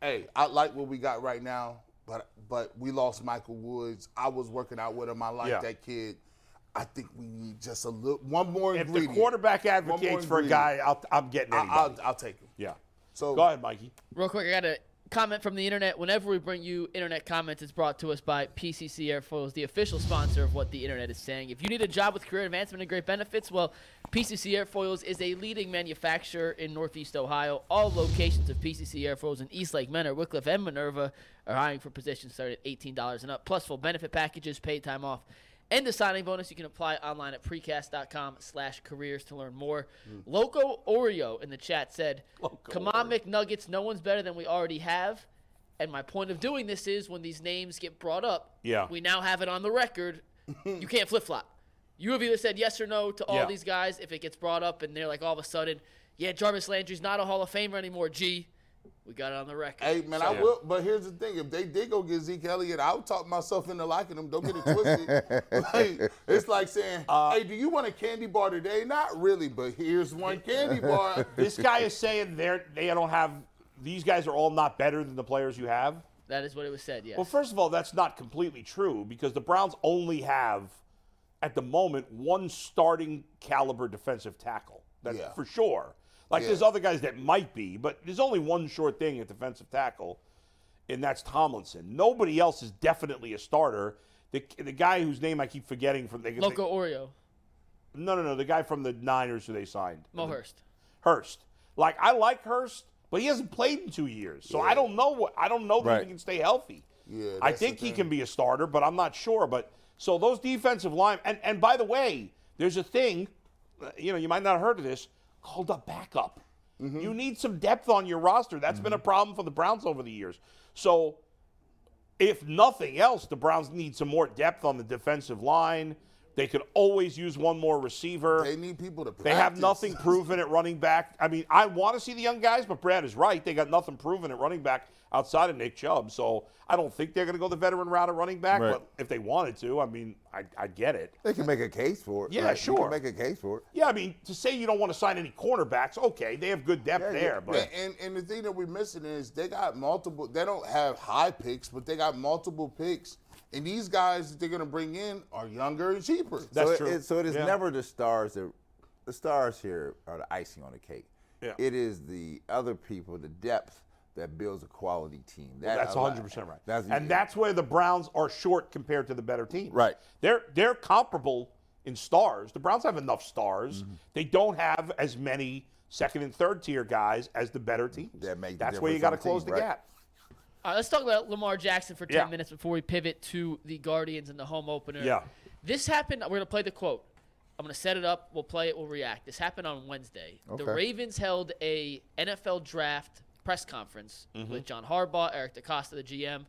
hey, I like what we got right now, but but we lost Michael Woods. I was working out with him. I like Yeah. that kid. I think we need just a little one more if the ingredient. quarterback more advocates for a guy, I'll, I'm getting I, anybody. I'll, I'll take him. yeah. So Go ahead, Mikey. Real quick, I got a comment from the internet. Whenever we bring you internet comments, it's brought to us by PCC Airfoils, the official sponsor of what the internet is saying. If you need a job with career advancement and great benefits, well, PCC Airfoils is a leading manufacturer in Northeast Ohio. All locations of PCC Airfoils in Eastlake, Menor, Wickliffe, and Minerva are hiring for positions starting at $18 and up, plus full benefit packages, paid time off, and a signing bonus. You can apply online at precast.com slash careers to learn more. Loco Oreo in the chat said, Come on, McNuggets, no one's better than we already have. And my point of doing this is when these names get brought up, Yeah. we now have it on the record you can't flip flop. You have either said yes or no to all Yeah. these guys. If it gets brought up and they're like all of a sudden, yeah, Jarvis Landry's not a Hall of Famer anymore. G, we got it on the record. Hey man, I will. But here's the thing: if they did go get Zeke Elliott, I would talk myself into liking him. Don't get it twisted. like, it's like saying, "Hey, do you want a candy bar today?" Not really, but here's one candy bar. This guy is saying they're they don't have these guys are all not better than the players you have. That is what it was said. Yes. Well, first of all, that's not completely true because the Browns only have at the moment one starting caliber defensive tackle. That's Yeah. for sure. Like there's other guys that might be, but there's only one sure thing at defensive tackle, and that's Tomlinson. Nobody else is definitely a starter. The, the guy whose name I keep forgetting from the Loco Oreo, no no no the guy from the Niners who they signed Mohurst. Hurst. Like I like Hurst, but he hasn't played in two years, so I don't know what I don't know that Right. he can stay healthy. Yeah, I that's the think he thing. can be a starter, but I'm not sure. But so those defensive line, and and by the way, there's a thing, uh, you know, you might not have heard of this called a backup. Mm-hmm. You need some depth on your roster. That's been a problem for the Browns over the years. So if nothing else, the Browns need some more depth on the defensive line. They could always use one more receiver. They need people to. Practice. They have nothing proven at running back. I mean, I want to see the young guys, but Brad is right. They got nothing proven at running back outside of Nick Chubb. So I don't think they're going to go the veteran route at running back. Right. But if they wanted to, I mean, I, I get it. They can make a case for it. Yeah, right? You sure. can make a case for it. Yeah, I mean, to say you don't want to sign any cornerbacks, okay, they have good depth there. but Yeah, and, and the thing that we're missing is they got multiple. They don't have high picks, but they got multiple picks. And these guys that they're gonna bring in are younger and cheaper. That's so it- true. It, so it is Yeah. never the stars that the stars here are the icing on the cake. Yeah. It is the other people, the depth that builds a quality team. That, That's I like. 100 percent right. That's, and that's where the Browns are short compared to the better teams. Right. They're they're comparable in stars. The Browns have enough stars. Mm-hmm. They don't have as many second and third tier guys as the better teams. Mm-hmm. That make the that's where you difference got to on the close team, the right? gap. All right, let's talk about Lamar Jackson for 10 Yeah. minutes before we pivot to the Guardians and the home opener. Yeah. This happened. We're going to play the quote. I'm going to set it up. We'll play it. We'll react. This happened on Wednesday. The Okay. Ravens held a NFL draft press conference Mm-hmm. with John Harbaugh, Eric DaCosta, the GM,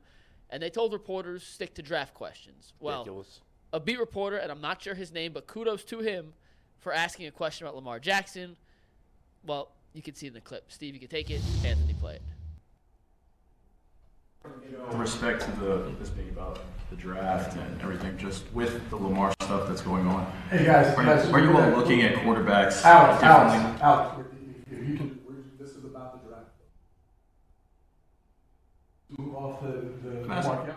and they told reporters stick to draft questions. Well, Ridiculous. a beat reporter, and I'm not sure his name, but kudos to him for asking a question about Lamar Jackson. Well, you can see in the clip. Steve, you can take it. Anthony, play it. In respect to the, this being about the draft and everything, just with the Lamar stuff that's going on, Hey guys, are guys, you, are you all looking at quarterbacks Alex, differently? Alex, Alex, if if you can, this is about the draft. Move off the, the. I ask mark. a- Yeah.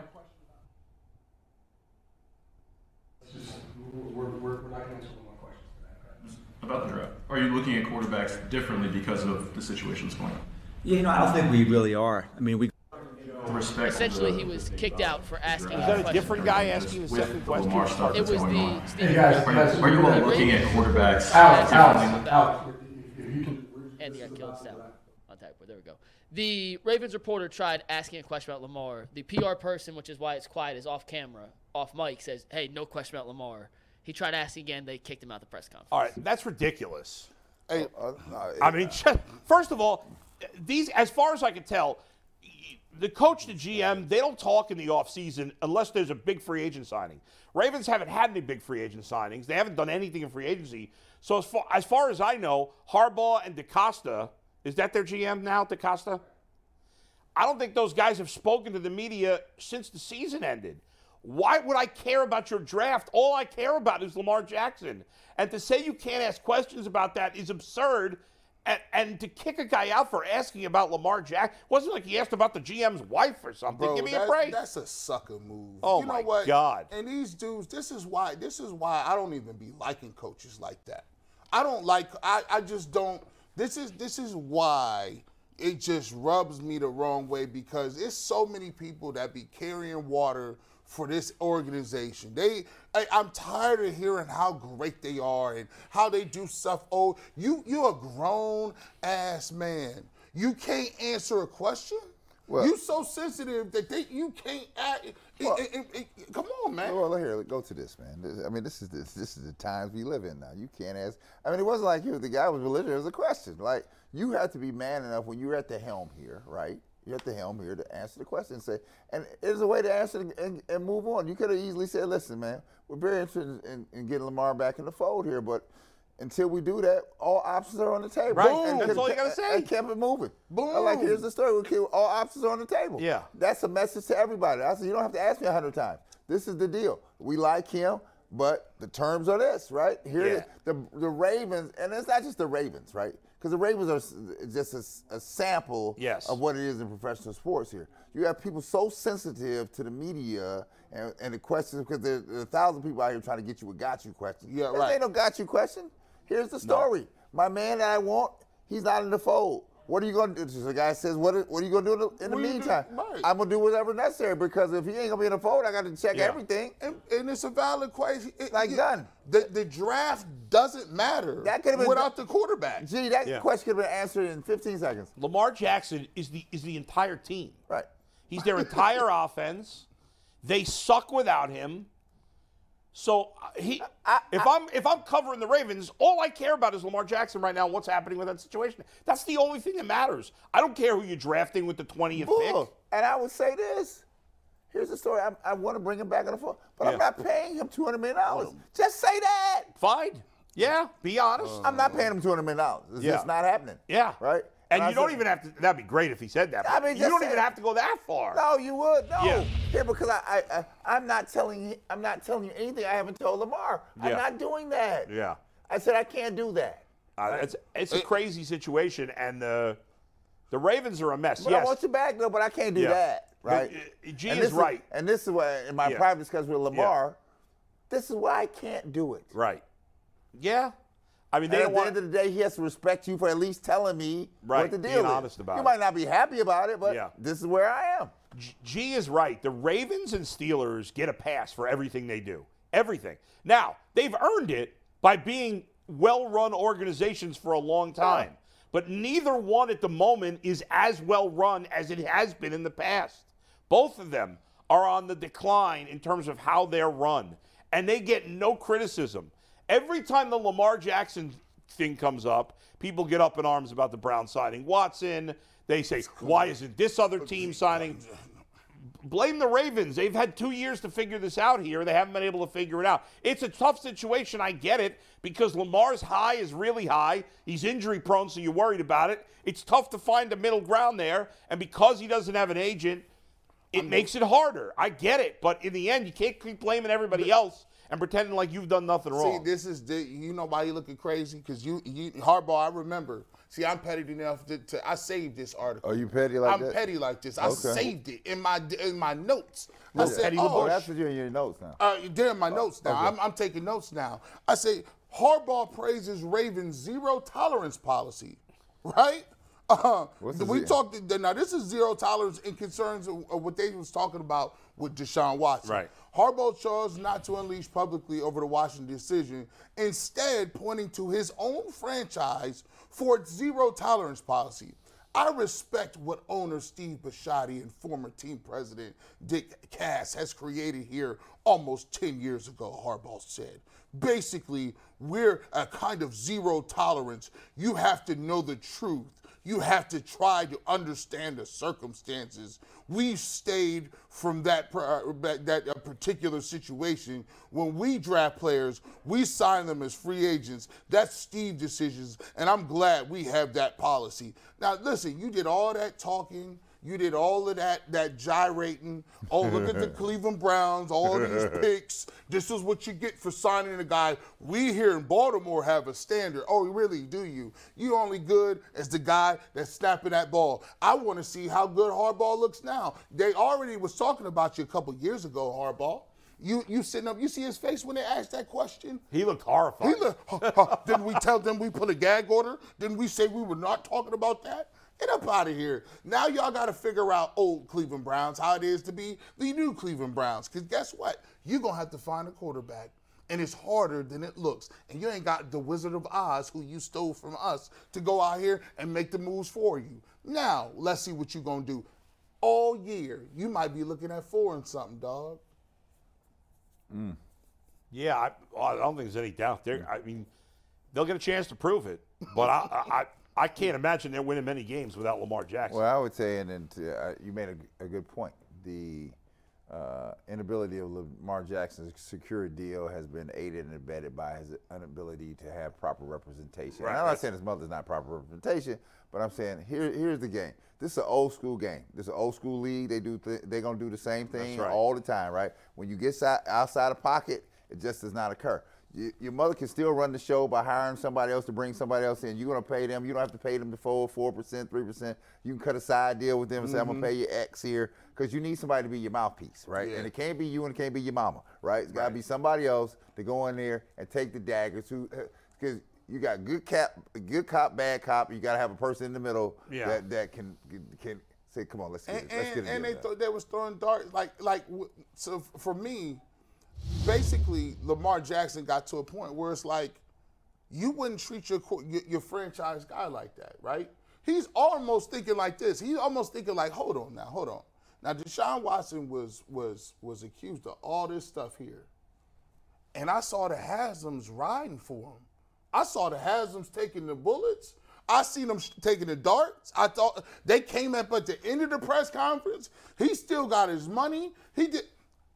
Let's just, we're, we're, we're not answering more questions tonight, right? About the draft, are you looking at quarterbacks differently because of the situation that's going on? Yeah, you know, I don't think we really are. I mean, we In respect to Essentially, the- he was this being kicked about out for the asking draft a and question. Different guy everything, asking just the with second the question. Lamar stuff It that's was going the on. Steve, Hey guys, Are guys. you, are you all Ravens- looking at quarterbacks Alex, differently? Alex, Alex, if if you can. and he this got is killed about the instead. draft. On tag, but there we go. The Ravens reporter tried asking a question about Lamar. The PR person, which is why it's quiet, is off camera, off mic, says, "Hey, no question about Lamar." He tried asking again. They kicked him out of the press conference. All right, that's ridiculous. Hey, Uh, no, it- I mean, first of all, these, as far as I can tell, the coach, the GM, they don't talk in the offseason unless there's a big free agent signing. Ravens haven't had any big free agent signings. They haven't done anything in free agency. So as far as, far as I know, Harbaugh and DaCosta, is that their GM now, DaCosta? I don't think those guys have spoken to the media since the season ended. Why would I care about your draft? All I care about is Lamar Jackson. And to say you can't ask questions about that is absurd. And, and to kick a guy out for asking about Lamar Jackson wasn't like he asked about the GM's wife or something. Bro, Give me that- a break. That's a sucker move. Oh you know my what? God. And these dudes, this is why this is why I don't even be liking coaches like that. I don't like I, I just don't this is this is why it just rubs me the wrong way because it's so many people that be carrying water for this organization. They I, I'm tired of hearing how great they are and how they do stuff. Oh, you you a grown ass man. You can't answer a question? Well- you so sensitive that they you can't act. it- Well- it- it- it- come on, man. Well, here, go to this, man. This- I mean, this is this, this is the times we live in now. You can't ask. I mean, it wasn't like you, the guy was religious. It was a question. Like you had to be man enough when you were at the helm here, right? You're at the helm here to answer the question. And say, and there's a way to answer the- and, and move on. You could have easily said, "Listen, man, we're very interested in, in getting Lamar back in the fold here, but until we do that, all options are on the table." Right. And That's could've all you ke- gotta say. And kept it moving. Boom. like here's the story. We keep all options are on the table. Yeah. That's a message to everybody. I said, you don't have to ask me a hundred times. This is the deal. We like him, but the terms are this, right? Here, Yeah. the the Ravens, and it's not just the Ravens, right? Because the Ravens are s- just a s- a, sample Yes. of what it is in professional sports here. You have people so sensitive to the media and, and the questions because there, there are a thousand people out here trying to get you a got you question. Yeah, This right. ain't no got you question. Here's the story. My man that I want, he's not in the fold. What are you going to do? The guy says, what are, what are you going to do in the- in the What you do- meantime, right. I'm gonna do whatever necessary because if he ain't gonna be in the fold, I got to check Yeah. everything. And, and it's a valid question. It- Like it- done. The, the draft doesn't matter That could've been- without the quarterback. Gee, that Yeah. question could have been answered in 15 seconds. Lamar Jackson is the is the entire team. Right. He's their entire offense. They suck without him. So uh, he, if I'm if I'm covering the Ravens, all I care about is Lamar Jackson right now. and What's happening with that situation? That's the only thing that matters. I don't care who you're drafting with the 20th Bull. pick. And I would say this. Here's the story. I'm, I want to bring him back on the fold, but Yeah. I'm not paying him 200 million dollars. Just say that. Fine. Yeah. Be honest. I'm not paying him 200 million dollars. It's Oh. Yeah. just not happening. yeah. Uh, Right. And, I you don't said- even have to. That'd be great if he said that. I but mean, you just don't say- even have to go that far. No, you would. No. Yeah. Yeah, because I, I, I I'm not telling I'm not telling you anything I haven't told Lamar. Yeah. I'm not doing that. Yeah. I said I can't do that. Uh, it's it's a crazy situation, and the the Ravens are a mess. But yes. I want you back though, but I can't do Yeah. that. Right. Uh, uh, G And is this right. and this is why in my Yeah. private discussion with Lamar, this is why I can't do it. Right. Yeah. I mean, they And at don't the want. end of the day, he has to respect you for at least telling me Right, what the being deal is. honest about you it. might not be happy about it, but Yeah. this is where I am. G- G is right. The Ravens and Steelers get a pass for everything they do. Everything. Now, they've earned it by being well run organizations for a long time. But neither one at the moment is as well run as it has been in the past. Both of them are on the decline in terms of how they're run, and they get no criticism. Every time the Lamar Jackson thing comes up, people get up in arms about the Browns signing Watson. They say, why isn't this other team signing? blame the Ravens. They've had two years to figure this out here. They haven't been able to figure it out. It's a tough situation. I get it because Lamar's high is really high. He's injury prone, so you're worried about it. It's tough to find a middle ground there. And because he doesn't have an agent, it makes it harder. I get it. But in the end, you can't keep blaming everybody else and pretending like you've done nothing See, wrong. this is the, you know why you looking crazy because you you Harbaugh. I remember. See, I'm petty enough to, to I saved this article. Are Oh, you petty like I'm that? petty like this. I Okay. saved it in my in my notes. I said, Petty oh, LaBoy, that's what you're in your notes now. Uh, they're in my Oh, notes now. I'm, I'm taking notes now. I say Harbaugh praises Ravens zero tolerance policy, right? Uh, What's the we ze- talked now. This is zero tolerance and concerns of, of what they was talking about with Deshaun Watson. Right. Harbaugh chose not to unleash publicly over the Washington decision, instead pointing to his own franchise for its zero tolerance policy. I respect what owner Steve Bisciotti and former team president Dick Cass has created here almost 10 years ago, Harbaugh said. Basically, we're a kind of zero tolerance. You have to know the truth. You have to try to understand the circumstances. We've stayed from that pr- uh, that, that uh, particular situation. When we draft players, we sign them as free agents. That's Steve decisions, and I'm glad we have that policy. Now, listen, you did all that talking. You did all of that that gyrating. Oh, look at the Cleveland Browns, all these picks. This is what you get for signing a guy. We here in Baltimore have a standard. Oh, really? Do you? You only good as the guy that's snapping that ball. I want to see how good Harbaugh looks now. They already was talking about you a couple years ago, Harbaugh. You you sitting up, you see his face when they asked that question? he looked horrified. He look- huh, huh. didn't we tell them we put a gag order? Didn't we say we were not talking about that? Get up out of here. Now y'all got to figure out old Cleveland Browns, how it is to be the new Cleveland Browns. Because guess what? You're going to have to find a quarterback. And it's harder than it looks. And you ain't got the Wizard of Oz, who you stole from us, to go out here and make the moves for you. Now, let's see what you're going to do. All year, you might be looking at four and something, dog. Yeah, Mm. I, I don't think there's any doubt there. I mean, they'll get a chance to prove it, but I, I, I I can't imagine they're winning many games without Lamar Jackson. Well, I would say, and, and uh, you made a, a good point. The uh, inability of Lamar Jackson to secure a deal has been aided and abetted by his inability to have proper representation. And I'm not saying his mother's not proper representation, but I'm saying here, here's the game. This is an old school game. This is an old school league. They do th- they're gonna do the same thing right. all the time, right? When you get si- outside of pocket, it just does not occur. Y- your mother can still run the show by hiring somebody else to bring somebody else in. You're gonna pay them. You don't have to pay them the full four percent, three percent. You can cut a side deal with them and say, "I'm gonna pay you X here," because you need somebody to be your mouthpiece, right? And it can't be you and it can't be your mama, right? It's gotta be somebody else to go in there and take the daggers. Who, because you got good cap, good cop, bad cop. You gotta have a person in the middle Yeah. that that can can say, "Come on, let's get and, it, let's and, get it." and they together." thought they was throwing darts like like w- so f- for me basically lamar jackson got to a point where it's like you wouldn't treat your co- your, your franchise guy like that right he's almost thinking like this he's almost thinking like hold on now hold on now deshaun watson was was was accused of all this stuff here and I saw the Haslam's riding for him. I saw the Haslam's taking the bullets. I seen them sh- taking the darts. I thought they came up at the end of the press conference. He still got his money. He did.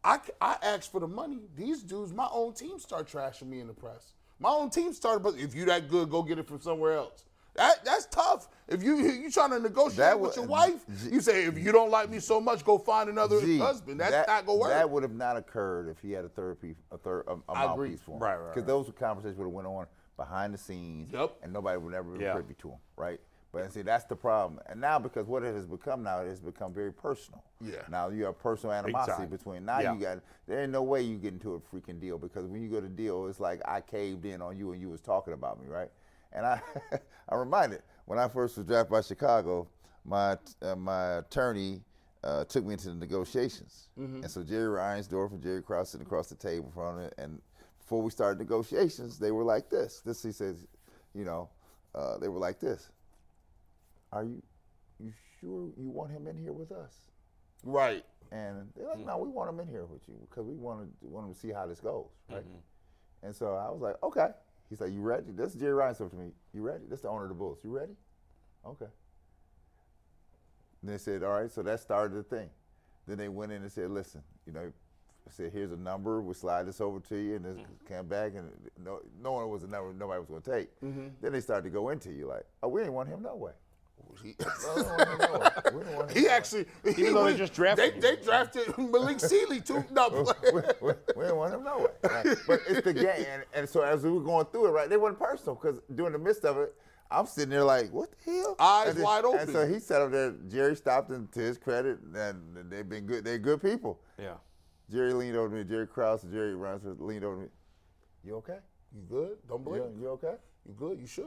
I, c- I asked for the money. These dudes, my own team, start trashing me in the press. My own team started, but if you that good, go get it from somewhere else. That that's tough. If you you trying to negotiate That with wa- your wife, G- you say if you don't like me so much, go find another Gee, husband. That's that- not gonna work. That would have not occurred if he had a third piece, a third, a, a I agree. mouthpiece for him. Right, right, Because right. those conversations would have went on behind the scenes, Yep. and nobody would ever Yeah. been privy to him, right? But see, that's the problem. And now, because what it has become now, it has become very personal. Yeah. Now you have personal animosity time. between. Now Yeah. you got there ain't no way you get into a freaking deal because when you go to deal, it's like I caved in on you and you was talking about me, right? And I, I'm reminded when I first was drafted by Chicago, my uh, my attorney uh, took me into the negotiations, and so Jerry Reinsdorf and Jerry Krause sitting across the table from it, and before we started negotiations, they were like this. This he says, you know, uh, they were like this. Are you you sure you want him in here with us? right. And they're like, no, we want him in here with you because we want to want him to see how this goes, right? And so I was like, okay. He's like, you ready? This is Jerry Ryan said to me. You ready? That's the owner of the Bulls. You ready? Okay. And they said, all right. So that started the thing. Then they went in and said, listen, you know, I said here's a number. We'll slide this over to you, and this came back, and no, no one was a number. Nobody was going to take. Then they started to go into you like, oh, we didn't want him no way. No, we didn't want him no way. We didn't want him He actually, he though they was- just drafted They, him. they drafted Malik Sealy too. No, we, we, we didn't want them nowhere. Like, but it's the game. And, and so as we were going through it, right, they wasn't personal because during the midst of it, I'm sitting there like, what the hell? Eyes And then- wide open. And so he sat up there. Jerry stopped him to his credit, and they've been good. They're good people. Yeah. Jerry leaned over to me. Jerry Krause, Jerry Runsford leaned over to me. You okay? you good? Don't blame. You, him. you okay? You good? You should.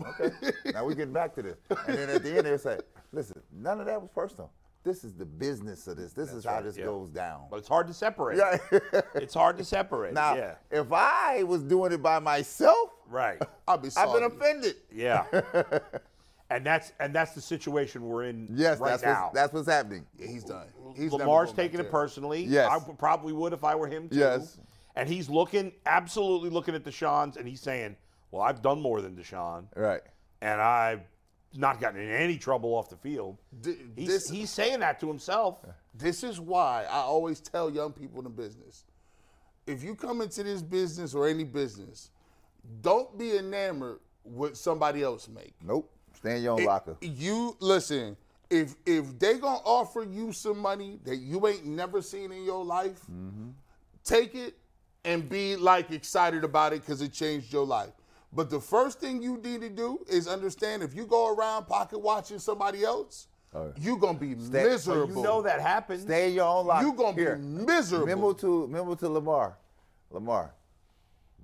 Okay. now we're getting back to this. And then at the end, they was like, listen, none of that was personal. This is the business of this. This is how this yeah. goes down. But it's hard to separate. Yeah. It's hard to separate. Now, yeah. if I was doing it by myself, Right. I'll be I've sorry. been offended. Yeah. and that's and that's the situation we're in Yes, right that's, now. what's, that's what's happening. Yeah, he's done. He's never Lamar's going back taking it there. personally. Yes. I w- probably would if I were him too. Yes. And he's looking, absolutely looking at Deshaun's, and he's saying, "Well, I've done more than Deshaun, Right. and I've not gotten in any trouble off the field." Th- He's, this- he's saying that to himself. This is why I always tell young people in the business: if you come into this business or any business, don't be enamored with somebody else make. Nope. Stay in your own locker. You listen. If if they gonna offer you some money that you ain't never seen in your life, Mm-hmm. take it and be like excited about it because it changed your life. But the first thing you need to do is understand if you go around pocket watching somebody else, you gonna be so miserable. Oh. You know that happens. Stay in your own locker. You gonna Here. be miserable. Memo to memo to Lamar. Lamar.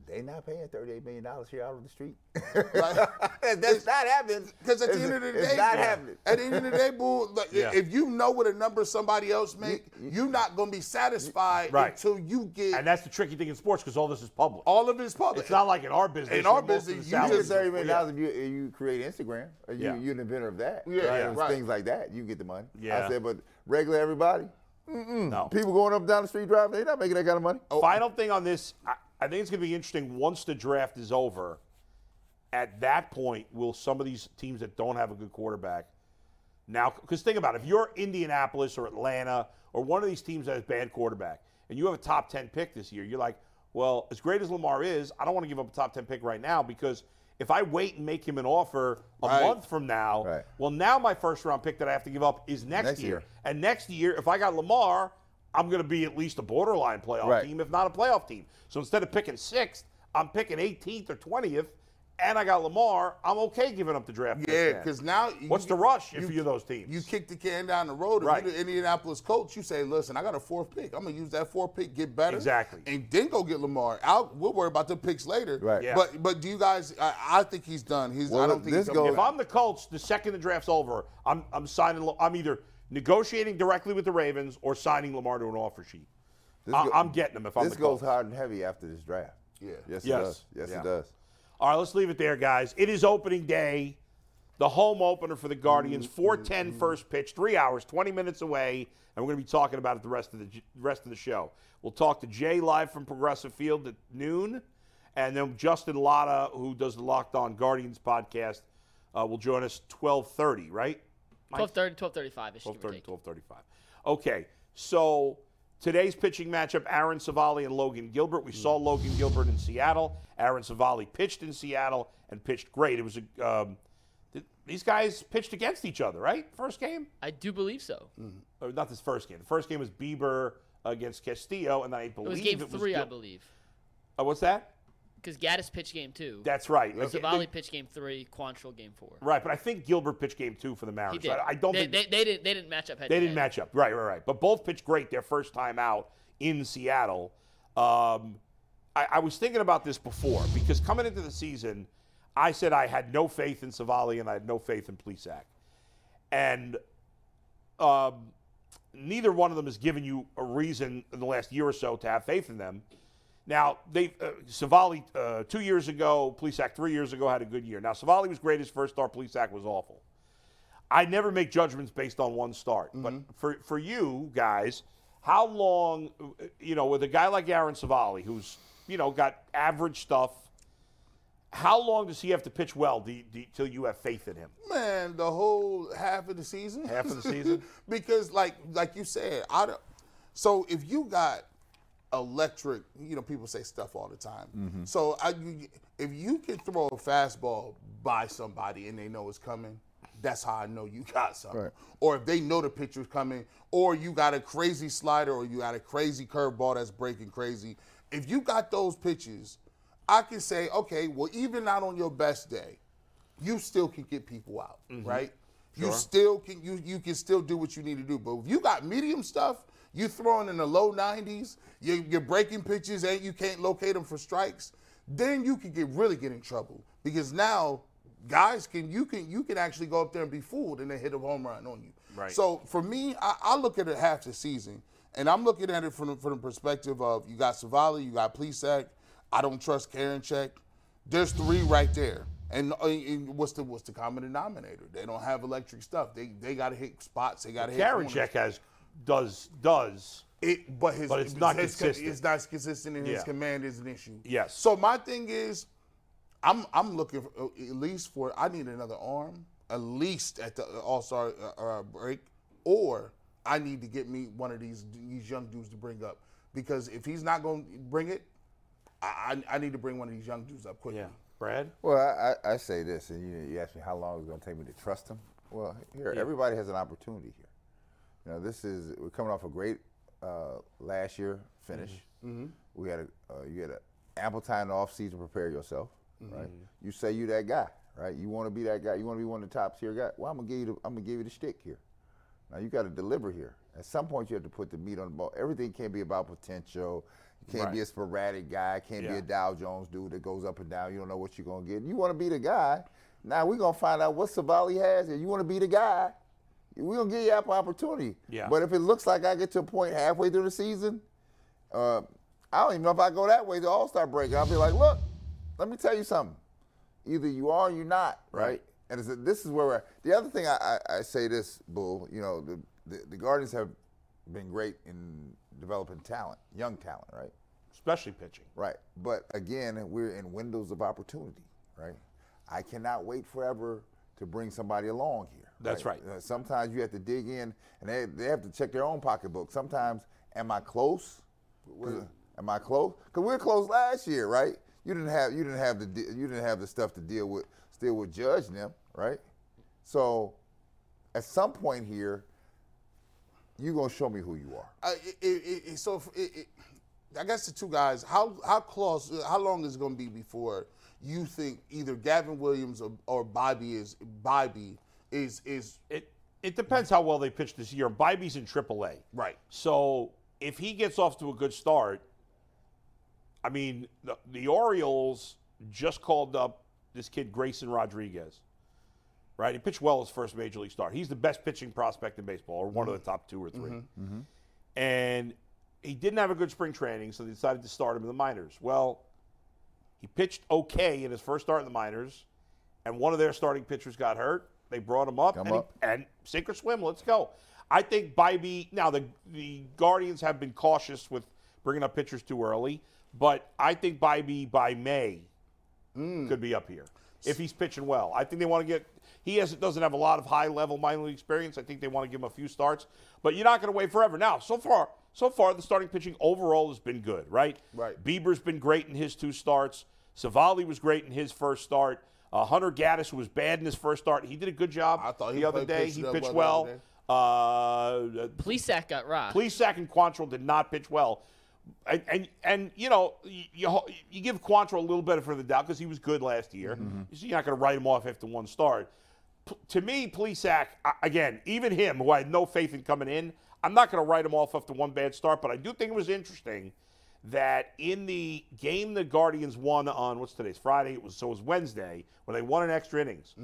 They not paying $38 million here out on the street. that's not happening. Because at the It's- end of the day, it's not happening. At the end of the day, boo, like, Yeah. if you know what a number somebody else make, you're not gonna be satisfied Right. until you get and that's the tricky thing in sports because all this is public. all of his public. it's not like in our business. In our where most of business, the you You salaries get just- are- $30 million if you, if you create Instagram. Or you, Yeah. You're an inventor of that. Yeah, right? yeah, It's right. Things like that. You get the money. Yeah. I said, but regular everybody, no. people going up and down the street driving, they not making that Oh, kind of money. Final thing on this, I, I think it's going to be interesting once the draft is over, at that point, will some of these teams that don't have a good quarterback now? Because think about it, if you're Indianapolis or Atlanta or one of these teams that has bad quarterback, and you have a top ten pick this year, you're like, well, as great as Lamar is, I don't want to give up a top ten pick right now because if I wait and make him an offer a Right. month from now, Right. well, now my first round pick that I have to give up is next, Next year. year. And next year, if I got Lamar, I'm going to be at least a borderline playoff Right. team, if not a playoff team. So instead of picking sixth, I'm picking 18th or 20th, and I got Lamar. I'm okay giving up the draft. pick Yeah, then. because now you- What's the rush if you're those teams? You kick the can down the road. If Right. you're the Indianapolis coach, you say, "Listen, I got a fourth pick. I'm gonna use that fourth pick, get better, Exactly. and then go get Lamar. I'll, we'll worry about the picks later. Right. Yeah. But but do you guys? I, I think he's done. He's. Well, I don't think this he's coming goes- if back. I'm the Colts, the second the draft's over, I'm I'm signing. La- I'm either negotiating directly with the Ravens or signing Lamar to an offer sheet. I, go- I'm getting him if I'm This the goes Colts. hard and heavy after this draft. Yeah. Yes, Yes. it does. Yes, Yeah. it does. All right, let's leave it there, guys. It is opening day, the home opener for the Guardians. 410 first pitch, three hours, 20 minutes away, and we're going to be talking about it the rest of the rest of the show. We'll talk to Jay live from Progressive Field at noon, and then Justin Latta, who does the Locked On Guardians podcast, uh, will join us 12:30. Right? 1230, 1235 ish. 12:30, 12:35. Okay, so today's pitching matchup: Aaron Savali and Logan Gilbert. We saw Logan Gilbert in Seattle. Aaron Savali pitched in Seattle and pitched great. It was a um, th- these guys pitched against each other, right? First game, I do believe so. or not this first game. The first game was Bieber against Castillo, and I It believe was game three, I Gil- believe. Uh, what's that? Because Gaddis pitched game two. That's right. Okay, Savali they- pitched game three. Quantrill game four. Right, but I think Gilbert pitched game two for the He Mariners. did. I, I don't they, think they, they didn't. They didn't match up head. They didn't match up. Right, right, right. But both pitched great their first time out in Seattle. Um, I, I was thinking about this before because coming into the season, I said I had no faith in Savali and I had no faith in Plesac. And um, neither one of them has given you a reason in the last year or so to have faith in them. Now, they uh, Savali uh, two years ago, Plesac three years ago had a good year. Now, Savali was great his first start, Plesac was awful. I never make judgments based on one start. But for, for you guys, how long, you know, with a guy like Aaron Savali, who's, you know, got average stuff, how long does he have to pitch well do, do, till you have faith in him? Man, the whole half of the season. Half of the season? because like like you said, I don't. So if you got electric, you know, people say stuff all the time. Mm-hmm. So I, you- if you can throw a fastball by somebody and they know it's coming, that's how I know you got something. Right. Or if they know the pitcher's coming, or you got a crazy slider, or you got a crazy curveball that's breaking crazy. If you got those pitches, I can say, okay, well, even not on your best day, you still can get people out, right? You still can you you can still do what you need to do. But if you got medium stuff, you throwing in the low 90s, you, you're breaking pitches and you can't locate them for strikes, then you could get really get in trouble because now guys can you can you can actually go up there and be fooled and then hit a home run on you. Right. So for me, I, I look at it half the season, and I'm looking at it from the, from the perspective of you got Savali, you got Plesac. I don't trust Karen there's three right there. And, uh, and what's the what's the common denominator? They don't have electric stuff. They they got to hit spots. They got to hit. Karen corners. Check has, does, does. It, but his, But it's not his- consistent. It's not consistent, and Yeah. his command is an issue. Yes. So my thing is, I'm I'm looking for, uh, at least for I need another arm at least at the All Star uh, uh, break, or I need to get me one of these these young dudes to bring up because if he's not going to bring it, I, I I need to bring one of these young dudes up quickly. Yeah. Brad? Well, I, I, I say this, and you, you ask me how long it's going to take me to trust him. Well, here, everybody has an opportunity here. You know, this is we're coming off a great uh, last year finish. We had a uh, you had a ample time in the off season to prepare yourself, right? You say you that guy, right? You want to be that guy. You want to be one of the top tier guys. Well, I'm gonna give you the, I'm gonna give you the stick here. Now you got to deliver here. At some point, you have to put the meat on the ball. Everything can't be about potential. You can't be a sporadic guy. Can't be Yeah. a Dow Jones dude that goes up and down. You don't know what you're gonna get. You want to be the guy. Now we're gonna find out what Savali has, and you want to be the guy. We're gonna give you an opportunity. Yeah. But if it looks like I get to a point halfway through the season, uh, I don't even know if I go that way to All Star break. I'll be like, look, let me tell you something. Either you are or you're not, right? Right. And it's, this is where we're, the other thing I, I, I say this, Bull. You know, the, the the Guardians have been great in developing talent, young talent, right? Especially pitching. Right. But again, we're in windows of opportunity, right? I cannot wait forever to bring somebody along here. That's right. Uh, sometimes you have to dig in, and they, they have to check their own pocketbook. Sometimes, am I close? 'Cause- uh, Am I close? Cause we were close last year, right? You didn't have you didn't have the de- you didn't have the stuff to deal with still with judge them, right? So, at some point here, you gonna show me who you are. I, it, it, it, so if- it, it, I guess the two guys. How how close? How long is it going to be before you think either Gavin Williams or, or Bobby is Bobby is is It it depends how well they pitch this year. Bybee's in AAA. right? So if he gets off to a good start, I mean, the, the Orioles just called up this kid Grayson Rodriguez. Right, he pitched well his first major league start. He's the best pitching prospect in baseball, or one of the top two or 3 Mm-hmm. And he didn't have a good spring training, so they decided to start him in the minors. Well, he pitched okay in his first start in the minors, and one of their starting pitchers got hurt. They brought him up, Come and, he- up. and sink or swim. Let's go. I think Bybee. Now the the Guardians have been cautious with bringing up pitchers too early, but I think Bybee by May Hmm. could be up here if he's pitching well. I think they want to get. He has, doesn't have a lot of high level minor league experience. I think they want to give him a few starts, but you're not going to wait forever. Now, so far, so far, the starting pitching overall has been good, right? Right. Bieber's been great in his two starts. Savali was great in his first start. Uh, Hunter Gaddis was bad in his first start. He did a good job I thought he the other played- day. pitched he that pitched well well. the other Uh, Plesac got robbed. Plesac and Quantrill did not pitch well. And, and, and you know, you, you, ho- you give Quantrill a little bit for the doubt because he was good last year. So you're not going to write him off after one start. P- to me, Plesac, I- again, even him, who I had no faith in coming in, I'm not going to write him off after one bad start, but I do think it was interesting that in the game the Guardians won on what's today's Friday, it was so it was Wednesday when they won in extra innings.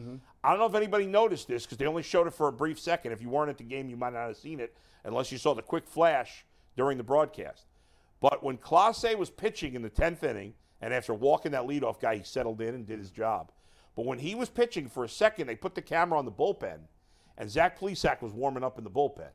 I don't know if anybody noticed this because they only showed it for a brief second. If you weren't at the game, you might not have seen it unless you saw the quick flash during the broadcast. But when Classe was pitching in the 10th inning, and after walking that leadoff guy, he settled in and did his job. But when he was pitching for a second, they put the camera on the bullpen, and Zach Plesak was warming up in the bullpen.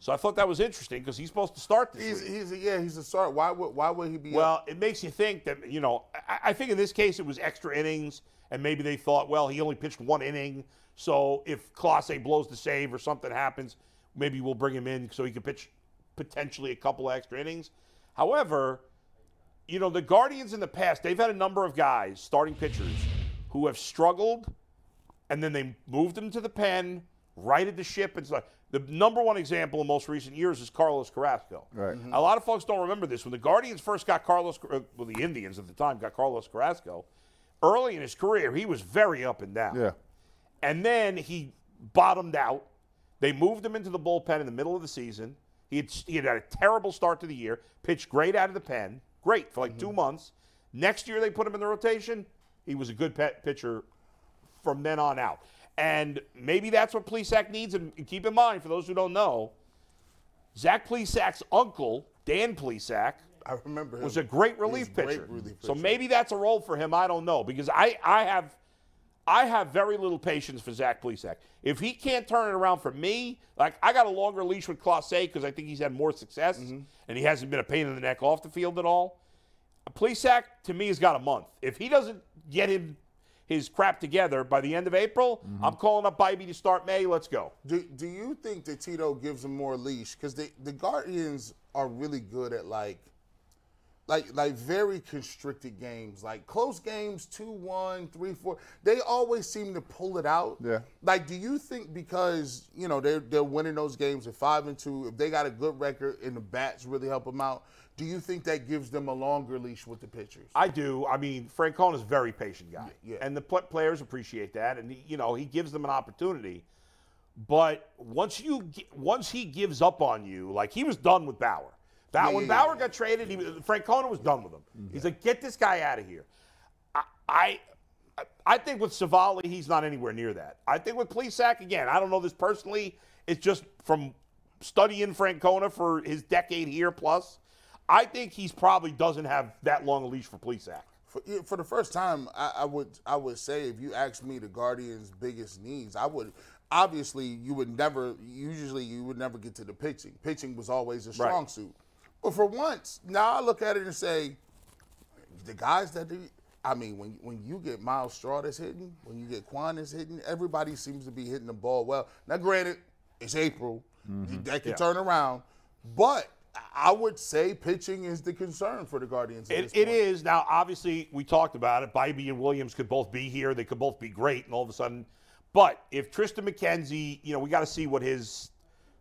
So I thought that was interesting because he's supposed to start this. He's week. he's yeah he's a start. Why would why would he be? up? Well, it makes you think that you know. I, I think in this case it was extra innings, and maybe they thought, well, he only pitched one inning, so if Classe blows the save or something happens, maybe we'll bring him in so he can pitch potentially a couple extra innings. However, you know the Guardians in the past they've had a number of guys, starting pitchers, who have struggled and then they moved him to the pen, righted the ship, and stuff. The number one example in most recent years is Carlos Carrasco. Right. A lot of folks don't remember this. When the Guardians first got Carlos, uh, well, the Indians at the time got Carlos Carrasco. Early in his career, he was very up and down. Yeah. And then he bottomed out. They moved him into the bullpen in the middle of the season. He had, he had had a terrible start to the year, pitched great out of the pen, great for like two months. Next year, they put him in the rotation. He was a good pet pitcher from then on out. And maybe that's what Plesac needs. And keep in mind, for those who don't know, Zach Plesac's uncle, Dan Plesac, I remember him. was a great relief, He was a great pitcher. relief So pitcher. maybe that's a role for him. I don't know because I, I have I have very little patience for Zach Plesac. If he can't turn it around for me, like I got a longer leash with Class A because I think he's had more success Mm-hmm. and he hasn't been a pain in the neck off the field at all. Plesac to me has got a month. If he doesn't get him his crap together by the end of April, Mm-hmm. I'm calling up Bybee to start May. Let's go. Do, do you think that Tito gives him more leash? Because the the Guardians are really good at like, like like very constricted games, like close games, 2-1, 3-4. They always seem to pull it out. Yeah. Like, do you think because you know they're they're winning those games at five and two, if they got a good record and the bats really help them out, do you think that gives them a longer leash with the pitchers? I do. I mean, Francona is a very patient guy, Yeah. and the pl- players appreciate that, and he- you know he gives them an opportunity. But once you gi- once he gives up on you, like he was done with Bauer. Bauer when yeah, yeah, Mm-hmm. Bauer got traded, he, was- Francona was done with him. He's like, get this guy out of here. I, I I think with Savali, he's not anywhere near that. I think with Plesac, again, I don't know this personally. It's just from studying Francona for his decade here plus. I think he's probably doesn't have that long a leash for Plesac. For, yeah, for the first time, I, I would I would say if you asked me the Guardians' biggest needs, I would obviously you would never usually you would never get to the pitching. Pitching was always a strong suit, but for once now I look at it and say, the guys that they, I mean, when when you get Miles Straw that's hitting, when you get Quan is hitting, everybody seems to be hitting the ball well. Now, granted, it's April, Mm-hmm. that can turn around, but I- I would say pitching is the concern for the Guardians. at It, this it point. is now. Obviously, we talked about it. Bybee and Williams could both be here. They could both be great, and all of a sudden, but if Tristan McKenzie, you know, we got to see what his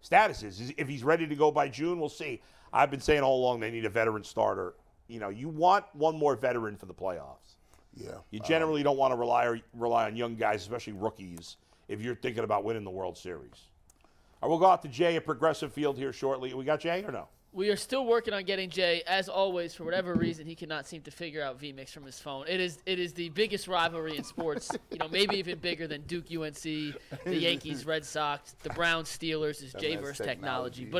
status is. If he's ready to go by June, we'll see. I've been saying all along they need a veteran starter. You know, you want one more veteran for the playoffs. Yeah. You generally don't want to rely rely on young guys, especially rookies, if you're thinking about winning the World Series. All right, we'll go out to Jay at Progressive Field here shortly. We got Jay or no? We are still working on getting Jay. As always, for whatever reason, he cannot seem to figure out VMix from his phone. It is it is the biggest rivalry in sports. You know, maybe even bigger than Duke, UNC, the Yankees, Red Sox, the Browns, Steelers. Is Jay man's versus technology, technology. but